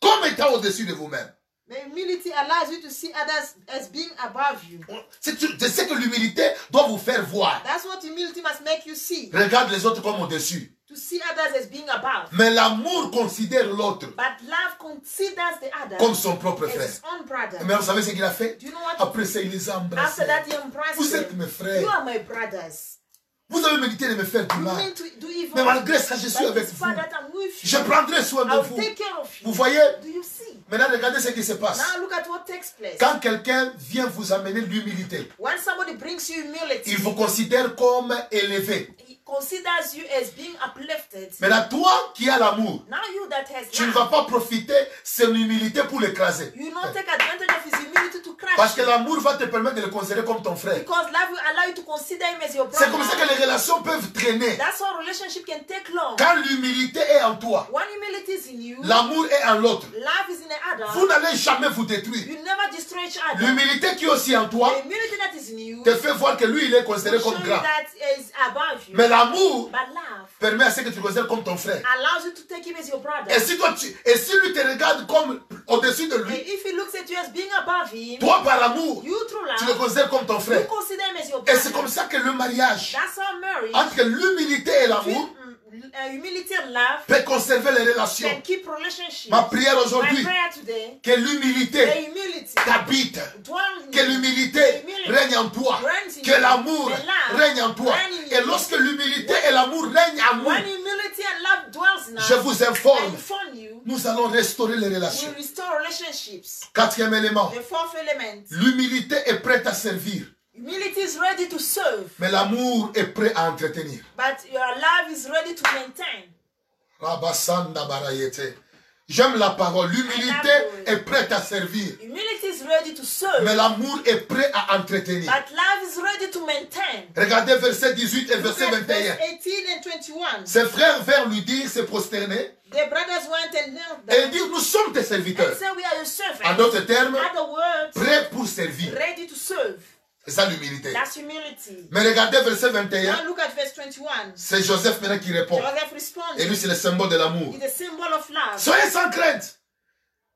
Speaker 2: Comme étant au-dessus de vous-même.
Speaker 3: The humility allows you to see others as being above you.
Speaker 2: C'est c'est ce que l'humilité doit vous faire voir.
Speaker 3: That's what humility must make you see.
Speaker 2: Regarde les autres comme au-dessus.
Speaker 3: To see others as being above.
Speaker 2: Mais l'amour considère l'autre
Speaker 3: But love considers the other
Speaker 2: comme son propre
Speaker 3: as
Speaker 2: frère.
Speaker 3: his own brother.
Speaker 2: Mais vous savez ce qu'il a fait
Speaker 3: Do you know what-
Speaker 2: Après ça, il les a embrassés.
Speaker 3: After that, he embraced
Speaker 2: Vous
Speaker 3: them.
Speaker 2: êtes mes frères.
Speaker 3: You are my brothers.
Speaker 2: Vous avez mérité de me faire du
Speaker 3: You
Speaker 2: mal.
Speaker 3: mean to do evil.
Speaker 2: Mais malgré ça, je suis
Speaker 3: But
Speaker 2: avec
Speaker 3: it's
Speaker 2: vous.
Speaker 3: far that I'm with you.
Speaker 2: Je prendrai soin
Speaker 3: I
Speaker 2: de
Speaker 3: will
Speaker 2: vous.
Speaker 3: take care of you.
Speaker 2: Vous voyez
Speaker 3: Do you see?
Speaker 2: Maintenant, regardez ce qui se passe.
Speaker 3: Now look at what takes place.
Speaker 2: Quand quelqu'un vient vous amener l'humilité,
Speaker 3: When somebody brings you humility,
Speaker 2: il vous considère comme élevé.
Speaker 3: he considers you as being uplifted.
Speaker 2: Maintenant, toi qui as l'amour,
Speaker 3: Now you that has
Speaker 2: tu ne vas
Speaker 3: love,
Speaker 2: pas profiter son humilité pour l'écraser.
Speaker 3: you not take advantage of his humility to
Speaker 2: Parce
Speaker 3: crush
Speaker 2: que
Speaker 3: you.
Speaker 2: l'amour va te permettre de le considérer comme ton frère.
Speaker 3: Because love will allow you to consider him as your brother.
Speaker 2: C'est comme ça que les relations peuvent traîner.
Speaker 3: That's how relationship can take long.
Speaker 2: Quand l'humilité est en toi,
Speaker 3: When humility is in you,
Speaker 2: l'amour est en l'autre.
Speaker 3: love is in the
Speaker 2: Vous
Speaker 3: other.
Speaker 2: n'allez jamais vous détruire.
Speaker 3: You never destroy each other.
Speaker 2: L'humilité qui est aussi en toi
Speaker 3: The humility that is in you
Speaker 2: te fait voir que lui, il est considéré
Speaker 3: will show
Speaker 2: comme
Speaker 3: you
Speaker 2: grand.
Speaker 3: that is above you.
Speaker 2: Mais l'amour
Speaker 3: But love
Speaker 2: permet à ce que tu le considères comme ton frère.
Speaker 3: allows you to take him as your brother.
Speaker 2: Et si, toi, tu, et si lui te regarde comme au-dessus de
Speaker 3: And
Speaker 2: lui,
Speaker 3: if he looks at you as being above him,
Speaker 2: toi par amour,
Speaker 3: you through
Speaker 2: tu le
Speaker 3: love,
Speaker 2: considères comme ton
Speaker 3: you
Speaker 2: frère.
Speaker 3: consider him as your
Speaker 2: Et
Speaker 3: brother.
Speaker 2: c'est comme ça que le mariage
Speaker 3: That's how marriage,
Speaker 2: entre l'humilité et l'amour
Speaker 3: between, mm, uh, humility and love,
Speaker 2: peut conserver les
Speaker 3: can
Speaker 2: relations.
Speaker 3: keep relationship.
Speaker 2: Ma prière
Speaker 3: My
Speaker 2: aujourd'hui,
Speaker 3: prayer today,
Speaker 2: que
Speaker 3: the
Speaker 2: l'humilité
Speaker 3: humility
Speaker 2: t'habite,
Speaker 3: dwell in
Speaker 2: que
Speaker 3: you.
Speaker 2: l'humilité
Speaker 3: Humility
Speaker 2: règne en toi,
Speaker 3: reigns in
Speaker 2: que
Speaker 3: you.
Speaker 2: l'amour
Speaker 3: The love
Speaker 2: règne en toi.
Speaker 3: reign in
Speaker 2: Et
Speaker 3: you.
Speaker 2: lorsque l'humilité et l'amour règnent en
Speaker 3: When
Speaker 2: nous,
Speaker 3: humility and love dwells now,
Speaker 2: je vous
Speaker 3: I
Speaker 2: informe,
Speaker 3: inform you,
Speaker 2: nous allons restaurer les
Speaker 3: we
Speaker 2: relations.
Speaker 3: restore relationships.
Speaker 2: Quatrième élément,
Speaker 3: The fourth element,
Speaker 2: l'humilité est prête à servir,
Speaker 3: humility is ready to serve,
Speaker 2: mais l'amour est prêt à entretenir.
Speaker 3: but your love is ready to maintain.
Speaker 2: Rabasanda barayete. J'aime la parole. L'humilité est prête à servir,
Speaker 3: Humility is ready to serve,
Speaker 2: mais l'amour est prêt à entretenir.
Speaker 3: but love is ready to maintain.
Speaker 2: Regardez verset 18 et
Speaker 3: Look
Speaker 2: verset
Speaker 3: at verse
Speaker 2: 21.
Speaker 3: 18 and 21.
Speaker 2: Ses frères vinrent lui dire, se prosterner,
Speaker 3: The brothers went and knelt
Speaker 2: et
Speaker 3: down
Speaker 2: dire, nous sommes tes
Speaker 3: and
Speaker 2: serviteurs.
Speaker 3: said, We are your
Speaker 2: En
Speaker 3: servants.
Speaker 2: d'autres termes,
Speaker 3: Other words,
Speaker 2: prêts pour servir.
Speaker 3: ready to serve.
Speaker 2: C'est ça l'humilité.
Speaker 3: That's humility.
Speaker 2: Mais regardez verset
Speaker 3: Now
Speaker 2: 21.
Speaker 3: look at verse 21.
Speaker 2: C'est Joseph maintenant qui répond.
Speaker 3: Joseph
Speaker 2: Et lui,
Speaker 3: responded,
Speaker 2: c'est le symbole de l'amour.
Speaker 3: It's a symbol of love.
Speaker 2: Soyez sans crainte.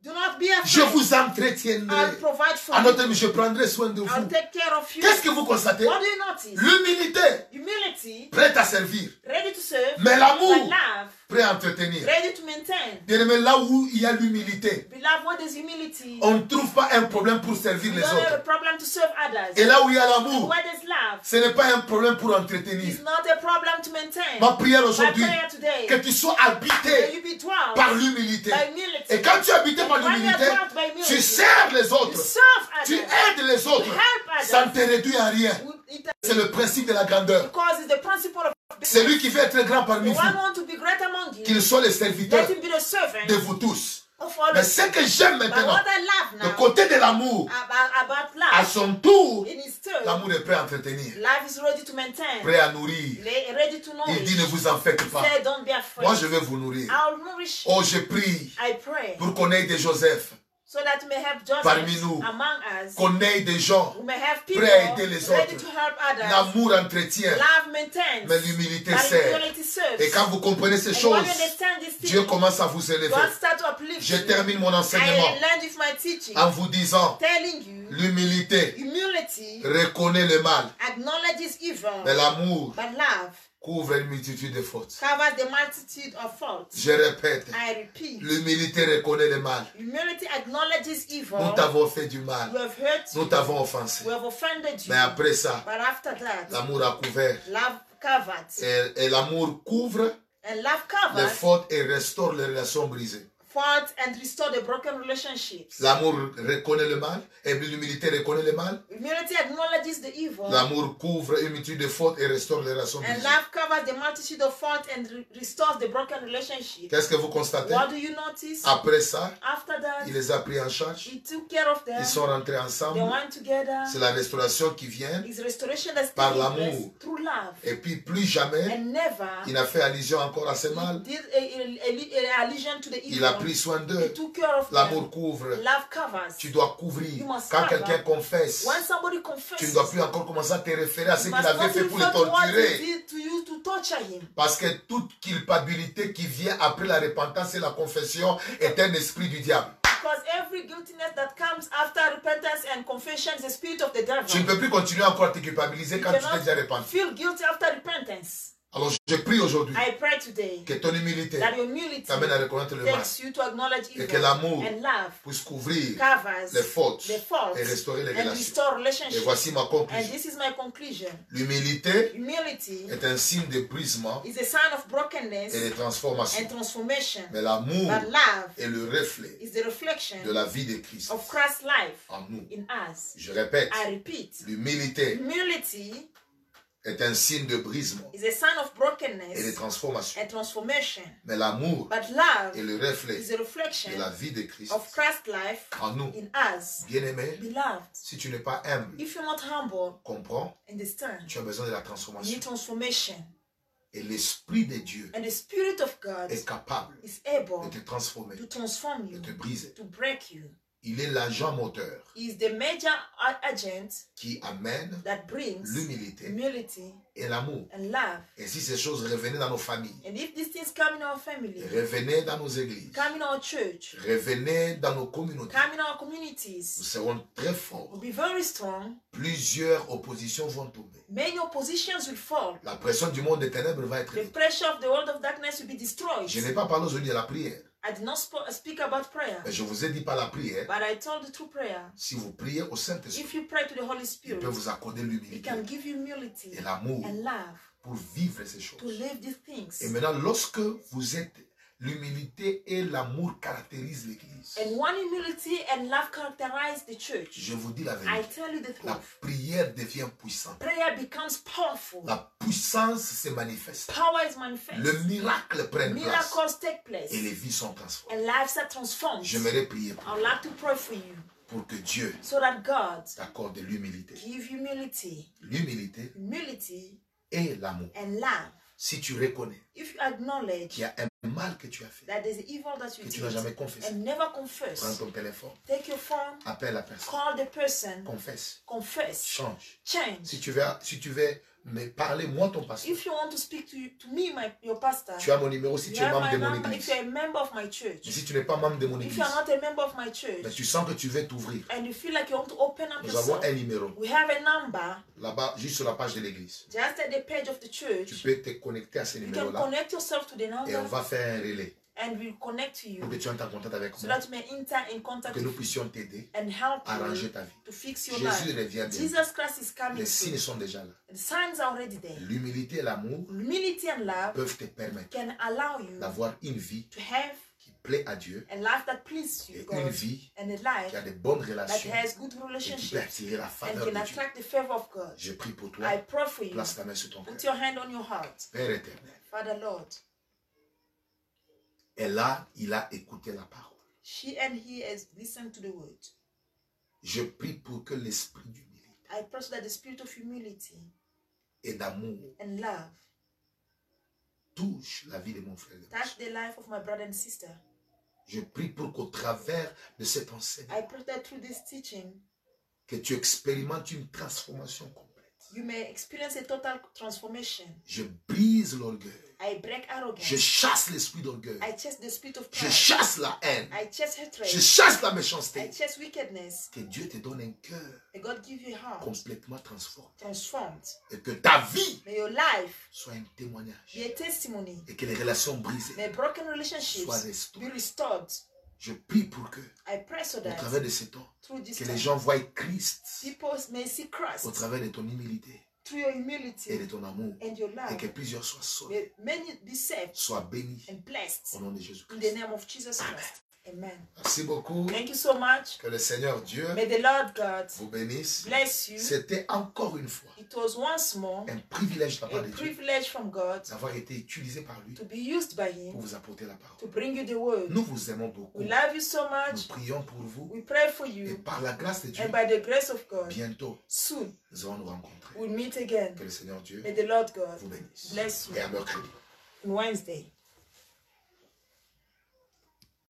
Speaker 3: Do not be
Speaker 2: Je
Speaker 3: afraid.
Speaker 2: vous Ah, entretiendrai.
Speaker 3: I'll provide for
Speaker 2: En d'autres termes,
Speaker 3: you.
Speaker 2: je prendrai soin de
Speaker 3: I'll
Speaker 2: vous.
Speaker 3: take care of you.
Speaker 2: Qu'est-ce que vous constatez
Speaker 3: What do you notice?
Speaker 2: L'humilité,
Speaker 3: Humility,
Speaker 2: prête à servir.
Speaker 3: ready to serve,
Speaker 2: Mais
Speaker 3: but
Speaker 2: l'amour,
Speaker 3: love,
Speaker 2: prêt à entretenir.
Speaker 3: ready to maintain.
Speaker 2: Bien aimé, là où il y a l'humilité,
Speaker 3: Beloved, what is humility?
Speaker 2: on ne trouve pas un problème pour servir
Speaker 3: You
Speaker 2: les
Speaker 3: don't have a
Speaker 2: autres.
Speaker 3: problem to serve others.
Speaker 2: Et là où il y a l'amour,
Speaker 3: Where there's love,
Speaker 2: ce n'est pas un problème pour
Speaker 3: it's
Speaker 2: entretenir.
Speaker 3: not a problem to maintain.
Speaker 2: Ma prière
Speaker 3: My
Speaker 2: aujourd'hui,
Speaker 3: prayer today,
Speaker 2: que tu sois
Speaker 3: may
Speaker 2: habité
Speaker 3: you be dwelt
Speaker 2: par l'humilité.
Speaker 3: by humility.
Speaker 2: Et quand tu es habité par
Speaker 3: When you
Speaker 2: l'humilité,
Speaker 3: are dwelt by humility,
Speaker 2: tu sers les
Speaker 3: you
Speaker 2: autres,
Speaker 3: serve
Speaker 2: tu
Speaker 3: others.
Speaker 2: aides les autres.
Speaker 3: You help
Speaker 2: Ça ne
Speaker 3: others.
Speaker 2: te réduit à rien.
Speaker 3: You- it-
Speaker 2: C'est le principe de la grandeur.
Speaker 3: Because it's the principle of
Speaker 2: C'est lui qui veut être grand
Speaker 3: the
Speaker 2: parmi
Speaker 3: one
Speaker 2: vous,
Speaker 3: want to be great among you.
Speaker 2: qu'il soit le
Speaker 3: Let
Speaker 2: serviteur
Speaker 3: him be the servant
Speaker 2: de vous tous.
Speaker 3: of all
Speaker 2: Mais
Speaker 3: of
Speaker 2: ce
Speaker 3: you.
Speaker 2: que j'aime
Speaker 3: But
Speaker 2: maintenant,
Speaker 3: what I Ah. love
Speaker 2: le
Speaker 3: now
Speaker 2: côté de l'amour,
Speaker 3: about, about
Speaker 2: à
Speaker 3: love,
Speaker 2: son tour,
Speaker 3: in his turn,
Speaker 2: l'amour est prêt à entretenir,
Speaker 3: love is ready to maintain,
Speaker 2: prêt à nourrir.
Speaker 3: re- ready to know
Speaker 2: Il dit ne
Speaker 3: it.
Speaker 2: vous en faites pas.
Speaker 3: Say, don't be
Speaker 2: Moi, je
Speaker 3: afraid.
Speaker 2: vais vous nourrir.
Speaker 3: I'll nourish you.
Speaker 2: Oh, je prie
Speaker 3: I pray.
Speaker 2: pour qu'on ait des Joseph,
Speaker 3: so that we may have
Speaker 2: Parmi
Speaker 3: justice
Speaker 2: nous,
Speaker 3: among us.
Speaker 2: qu'on ait des gens.
Speaker 3: We may have people
Speaker 2: prêts à aider les
Speaker 3: ready
Speaker 2: autres.
Speaker 3: to help others.
Speaker 2: L'amour entretient,
Speaker 3: Love maintains.
Speaker 2: mais l'humilité
Speaker 3: but
Speaker 2: sert.
Speaker 3: humility serves.
Speaker 2: Et quand vous comprenez ces
Speaker 3: And when
Speaker 2: choses,
Speaker 3: you understand this thing,
Speaker 2: Dieu commence à vous élever.
Speaker 3: God start to uplift
Speaker 2: Je
Speaker 3: you.
Speaker 2: termine mon
Speaker 3: I
Speaker 2: enseignement
Speaker 3: learned with my teaching,
Speaker 2: en vous disant,
Speaker 3: telling you,
Speaker 2: l'humilité
Speaker 3: humility
Speaker 2: reconnaît le mal,
Speaker 3: acknowledges evil,
Speaker 2: mais l'amour
Speaker 3: but love
Speaker 2: couvre une multitude de fautes.
Speaker 3: covers the multitude of faults.
Speaker 2: Je répète,
Speaker 3: I repeat,
Speaker 2: l'humilité reconnaît le mal.
Speaker 3: humility acknowledges evil.
Speaker 2: Nous t'avons fait du mal,
Speaker 3: We have hurt
Speaker 2: nous
Speaker 3: you.
Speaker 2: t'avons offensé.
Speaker 3: We have offended you.
Speaker 2: Mais après ça,
Speaker 3: but after that,
Speaker 2: l'amour a couvert.
Speaker 3: love covers.
Speaker 2: Et, et l'amour couvre
Speaker 3: And love
Speaker 2: les
Speaker 3: covers
Speaker 2: fautes et restaure les relations brisées.
Speaker 3: fault and restore the broken relationships.
Speaker 2: L'amour reconnaît le mal et l'humilité reconnaît le mal.
Speaker 3: Humility acknowledges the evil,
Speaker 2: L'amour couvre une multitude de fautes et restaure les relations
Speaker 3: and
Speaker 2: brisées.
Speaker 3: love covers the multitude of faults and re- restores the broken relationship.
Speaker 2: Qu'est-ce que vous constatez
Speaker 3: What do you notice?
Speaker 2: Après ça,
Speaker 3: After that,
Speaker 2: il les a pris en charge.
Speaker 3: he took care of them.
Speaker 2: Ils sont rentrés
Speaker 3: They
Speaker 2: ensemble.
Speaker 3: went together.
Speaker 2: C'est la restauration qui vient.
Speaker 3: It's restoration that's
Speaker 2: Par
Speaker 3: taking place
Speaker 2: l'amour.
Speaker 3: through love.
Speaker 2: Et puis plus jamais,
Speaker 3: And never
Speaker 2: il n'a fait allusion encore à ces
Speaker 3: he
Speaker 2: mal.
Speaker 3: did a, a- a- a- allusion to the evil.
Speaker 2: Il a pris soin
Speaker 3: he
Speaker 2: d'eux.
Speaker 3: took care of
Speaker 2: L'amour
Speaker 3: them.
Speaker 2: couvre.
Speaker 3: Love covers.
Speaker 2: Tu dois couvrir.
Speaker 3: You must
Speaker 2: Quand
Speaker 3: cover.
Speaker 2: quelqu'un confesse,
Speaker 3: When somebody
Speaker 2: tu ne
Speaker 3: confesses,
Speaker 2: dois plus encore commencer à te référer à ce
Speaker 3: you
Speaker 2: qu'il
Speaker 3: must
Speaker 2: avait
Speaker 3: not
Speaker 2: fait pour le
Speaker 3: refer to what he
Speaker 2: torturer.
Speaker 3: did to you to torture him.
Speaker 2: Parce que toute culpabilité qui vient après la repentance et la confession est un esprit du diable.
Speaker 3: Because every guiltiness that comes after repentance and confession is the spirit of the devil.
Speaker 2: Tu ne peux plus continuer encore à te culpabiliser
Speaker 3: You
Speaker 2: quand tu t'es déjà
Speaker 3: cannot
Speaker 2: repenti.
Speaker 3: feel guilty after repentance.
Speaker 2: Alors je prie aujourd'hui
Speaker 3: I pray today
Speaker 2: que ton humilité
Speaker 3: that your humility
Speaker 2: t'amène à reconnaître le mal
Speaker 3: takes you to acknowledge
Speaker 2: et
Speaker 3: evil
Speaker 2: que l'amour
Speaker 3: and love
Speaker 2: puisse couvrir
Speaker 3: covers
Speaker 2: les fautes
Speaker 3: the faults
Speaker 2: et restaurer les
Speaker 3: and
Speaker 2: relations.
Speaker 3: restore
Speaker 2: Et
Speaker 3: relationships.
Speaker 2: voici ma
Speaker 3: And
Speaker 2: conclusion.
Speaker 3: this is my conclusion.
Speaker 2: L'humilité
Speaker 3: Humility
Speaker 2: est un signe de brisement
Speaker 3: is a sign of brokenness
Speaker 2: et de
Speaker 3: and
Speaker 2: transformation.
Speaker 3: transformation,
Speaker 2: Mais l'amour
Speaker 3: but love
Speaker 2: est le reflet
Speaker 3: is the reflection
Speaker 2: de la vie de Christ
Speaker 3: of Christ's life
Speaker 2: en nous.
Speaker 3: in us.
Speaker 2: Je répète,
Speaker 3: I repeat,
Speaker 2: l'humilité
Speaker 3: humility
Speaker 2: est un signe de brisement
Speaker 3: is a sign of
Speaker 2: et de
Speaker 3: brokenness
Speaker 2: transformation.
Speaker 3: and transformation,
Speaker 2: Mais l'amour
Speaker 3: but love
Speaker 2: est le reflet
Speaker 3: is a
Speaker 2: de
Speaker 3: reflection
Speaker 2: la vie de Christ
Speaker 3: of Christ's life
Speaker 2: en nous.
Speaker 3: in us.
Speaker 2: Bien-aimé,
Speaker 3: Beloved,
Speaker 2: si tu n'es pas humble,
Speaker 3: if you're not humble,
Speaker 2: comprends,
Speaker 3: understand,
Speaker 2: tu as besoin de la
Speaker 3: you
Speaker 2: transformation.
Speaker 3: need transformation.
Speaker 2: Et l'Esprit de Dieu
Speaker 3: And the Spirit of God
Speaker 2: est capable
Speaker 3: is able
Speaker 2: de te transformer,
Speaker 3: to transform
Speaker 2: de
Speaker 3: you,
Speaker 2: te briser.
Speaker 3: to break you.
Speaker 2: Il est l'agent moteur
Speaker 3: He is the major a- agent
Speaker 2: qui amène
Speaker 3: that brings
Speaker 2: l'humilité
Speaker 3: humility
Speaker 2: et l'amour.
Speaker 3: and love.
Speaker 2: Et si ces choses revenaient dans nos familles,
Speaker 3: And if these things come in our family,
Speaker 2: revenaient dans nos églises,
Speaker 3: come in our church,
Speaker 2: revenaient dans nos communautés,
Speaker 3: come in our
Speaker 2: nous
Speaker 3: communities,
Speaker 2: serons très
Speaker 3: we'll
Speaker 2: forts.
Speaker 3: be very strong.
Speaker 2: Plusieurs oppositions vont tomber.
Speaker 3: Many oppositions will fall.
Speaker 2: La pression du monde des ténèbres va être
Speaker 3: The
Speaker 2: élevée.
Speaker 3: pressure of the world of darkness will be destroyed.
Speaker 2: Je n'ai pas parlé aujourd'hui de la prière,
Speaker 3: I did not sp- speak about prayer,
Speaker 2: mais je vous ai dit par la prière,
Speaker 3: but I told the true prayer.
Speaker 2: si vous priez au Saint-Esprit,
Speaker 3: If you pray to the Holy
Speaker 2: il
Speaker 3: Spirit,
Speaker 2: peut vous accorder
Speaker 3: He
Speaker 2: l'humilité
Speaker 3: can give you humility
Speaker 2: et l'amour
Speaker 3: and love
Speaker 2: pour vivre ces
Speaker 3: to
Speaker 2: choses.
Speaker 3: live these
Speaker 2: Et
Speaker 3: things.
Speaker 2: maintenant, lorsque vous êtes, l'humilité et l'amour caractérisent l'Église.
Speaker 3: And one humility and love characterize the church.
Speaker 2: Je vous dis la
Speaker 3: I
Speaker 2: vérité.
Speaker 3: tell you the
Speaker 2: La
Speaker 3: truth.
Speaker 2: prière devient puissante.
Speaker 3: Prayer becomes powerful.
Speaker 2: La puissance se manifeste.
Speaker 3: Power is manifest.
Speaker 2: Le miracle prend place
Speaker 3: Miracles take place.
Speaker 2: et les vies sont transformées.
Speaker 3: And lives are transformed.
Speaker 2: J'aimerais prier pour,
Speaker 3: I would like to pray for you
Speaker 2: pour que Dieu
Speaker 3: so that God
Speaker 2: t'accorde l'humilité.
Speaker 3: give humility,
Speaker 2: L'humilité
Speaker 3: humility
Speaker 2: et l'amour.
Speaker 3: and love.
Speaker 2: Si tu reconnais
Speaker 3: If you acknowledge
Speaker 2: qu'il y a un mal que tu as fait,
Speaker 3: that there's evil that you
Speaker 2: que tu n'as jamais
Speaker 3: did
Speaker 2: confessé,
Speaker 3: and never
Speaker 2: prends
Speaker 3: confess,
Speaker 2: ton téléphone,
Speaker 3: take your phone,
Speaker 2: appelle la personne,
Speaker 3: call the person,
Speaker 2: confesse,
Speaker 3: confess,
Speaker 2: change. Si
Speaker 3: change.
Speaker 2: tu veux, si tu veux me parler, moi ton pasteur,
Speaker 3: If you want to speak to to me, my your pastor,
Speaker 2: tu as mon numéro si
Speaker 3: you
Speaker 2: tu es
Speaker 3: have
Speaker 2: membre
Speaker 3: my
Speaker 2: de mon
Speaker 3: number. If
Speaker 2: église.
Speaker 3: you're a member of my
Speaker 2: Mais
Speaker 3: church,
Speaker 2: si tu n'es pas membre de mon
Speaker 3: if
Speaker 2: église,
Speaker 3: you're not a member of my
Speaker 2: mais
Speaker 3: church,
Speaker 2: tu sens que tu veux t'ouvrir,
Speaker 3: and you feel like you want to open up
Speaker 2: nous avons
Speaker 3: yourself,
Speaker 2: un numéro
Speaker 3: we have a number
Speaker 2: là-bas, juste sur la page de l'église.
Speaker 3: just at the page of the
Speaker 2: Tu
Speaker 3: church.
Speaker 2: peux te connecter à ce
Speaker 3: You can
Speaker 2: numéro-là
Speaker 3: connect yourself to the
Speaker 2: et on
Speaker 3: number,
Speaker 2: va faire un relais
Speaker 3: and we'll connect to
Speaker 2: pour
Speaker 3: you
Speaker 2: que tu entres en contact avec
Speaker 3: so
Speaker 2: moi,
Speaker 3: that we may enter in contact
Speaker 2: que nous
Speaker 3: with you
Speaker 2: puissions t'aider
Speaker 3: and help
Speaker 2: à
Speaker 3: you
Speaker 2: arranger ta vie.
Speaker 3: to fix your
Speaker 2: Jésus
Speaker 3: life.
Speaker 2: revient bien.
Speaker 3: Jesus Christ is coming
Speaker 2: Les signes
Speaker 3: soon.
Speaker 2: sont déjà là.
Speaker 3: The signs are already there.
Speaker 2: L'humilité et l'amour
Speaker 3: Humility and love
Speaker 2: peuvent te permettre
Speaker 3: can allow you
Speaker 2: d'avoir une vie
Speaker 3: to have
Speaker 2: qui plaît à Dieu
Speaker 3: a life that pleases
Speaker 2: et
Speaker 3: you,
Speaker 2: une
Speaker 3: God,
Speaker 2: vie
Speaker 3: and a
Speaker 2: qui a
Speaker 3: life
Speaker 2: de bonnes
Speaker 3: that
Speaker 2: relations
Speaker 3: has
Speaker 2: et
Speaker 3: good
Speaker 2: qui peut
Speaker 3: relationships
Speaker 2: attirer la
Speaker 3: and
Speaker 2: faveur
Speaker 3: can
Speaker 2: de Dieu.
Speaker 3: attract the favor of God.
Speaker 2: Je prie pour
Speaker 3: I
Speaker 2: toi.
Speaker 3: pray for you.
Speaker 2: Place ta main sur ton
Speaker 3: Put
Speaker 2: cœur.
Speaker 3: your hand on your heart,
Speaker 2: Père éternel.
Speaker 3: Father Lord.
Speaker 2: Et là, il a écouté la parole.
Speaker 3: She and he has listened to the word.
Speaker 2: Je prie pour que l'esprit d'humilité
Speaker 3: I pray so that the spirit of humility
Speaker 2: et d'amour
Speaker 3: and love
Speaker 2: touche la vie de mon frère. et de ma
Speaker 3: touch
Speaker 2: sœur.
Speaker 3: the life of my brother and sister.
Speaker 2: Je prie pour qu'au travers de cet enseignement,
Speaker 3: I pray that through this teaching,
Speaker 2: que tu expérimentes une transformation complète.
Speaker 3: you may experience a total transformation.
Speaker 2: Je brise l'orgueil.
Speaker 3: I break arrogance.
Speaker 2: Je chasse l'esprit d'orgueil.
Speaker 3: I chase the spirit of
Speaker 2: Je
Speaker 3: pride.
Speaker 2: chasse la haine.
Speaker 3: I chase hatred.
Speaker 2: Je chasse la
Speaker 3: I
Speaker 2: méchanceté.
Speaker 3: chase wickedness.
Speaker 2: Que Dieu te donne un cœur
Speaker 3: May God give you a heart
Speaker 2: complètement transformé.
Speaker 3: transformed.
Speaker 2: Et que ta vie
Speaker 3: May your life
Speaker 2: soit un témoignage.
Speaker 3: be a testimony.
Speaker 2: Et que les relations brisées
Speaker 3: May broken
Speaker 2: soient
Speaker 3: relationships be
Speaker 2: restaurées.
Speaker 3: restored.
Speaker 2: Je prie pour que,
Speaker 3: I pray so
Speaker 2: au
Speaker 3: that
Speaker 2: travers de ces temps,
Speaker 3: through this
Speaker 2: que les
Speaker 3: time,
Speaker 2: gens voient Christ
Speaker 3: people may see
Speaker 2: au
Speaker 3: Christ
Speaker 2: travers de ton humilité
Speaker 3: through your
Speaker 2: et de
Speaker 3: humility
Speaker 2: ton amour.
Speaker 3: and your
Speaker 2: Et
Speaker 3: love.
Speaker 2: que plusieurs soient sauvés,
Speaker 3: May many be saved
Speaker 2: soient bénis
Speaker 3: and blessed
Speaker 2: au nom de
Speaker 3: in the
Speaker 2: Jésus-Christ.
Speaker 3: name of Jesus Christ. Amen.
Speaker 2: Merci beaucoup.
Speaker 3: Thank you so much.
Speaker 2: Que le Seigneur Dieu
Speaker 3: May the Lord God
Speaker 2: vous bénisse.
Speaker 3: bless you.
Speaker 2: C'était encore une fois
Speaker 3: It was once more
Speaker 2: un privilège de la
Speaker 3: a
Speaker 2: part de Dieu
Speaker 3: privilege from God
Speaker 2: d'avoir été utilisé par lui
Speaker 3: to be used by
Speaker 2: pour
Speaker 3: Him
Speaker 2: vous apporter la
Speaker 3: to
Speaker 2: parole.
Speaker 3: bring you the word.
Speaker 2: Nous vous aimons beaucoup.
Speaker 3: We love you so
Speaker 2: Nous
Speaker 3: much.
Speaker 2: prions pour vous
Speaker 3: We pray for
Speaker 2: et
Speaker 3: you.
Speaker 2: par la grâce de Dieu,
Speaker 3: And by the grace of God,
Speaker 2: bientôt
Speaker 3: soon
Speaker 2: nous allons nous rencontrer.
Speaker 3: we'll meet again.
Speaker 2: Que le Seigneur Dieu
Speaker 3: May the Lord God
Speaker 2: vous bénisse.
Speaker 3: bless you
Speaker 2: Et à mercredi.
Speaker 3: on Wednesday.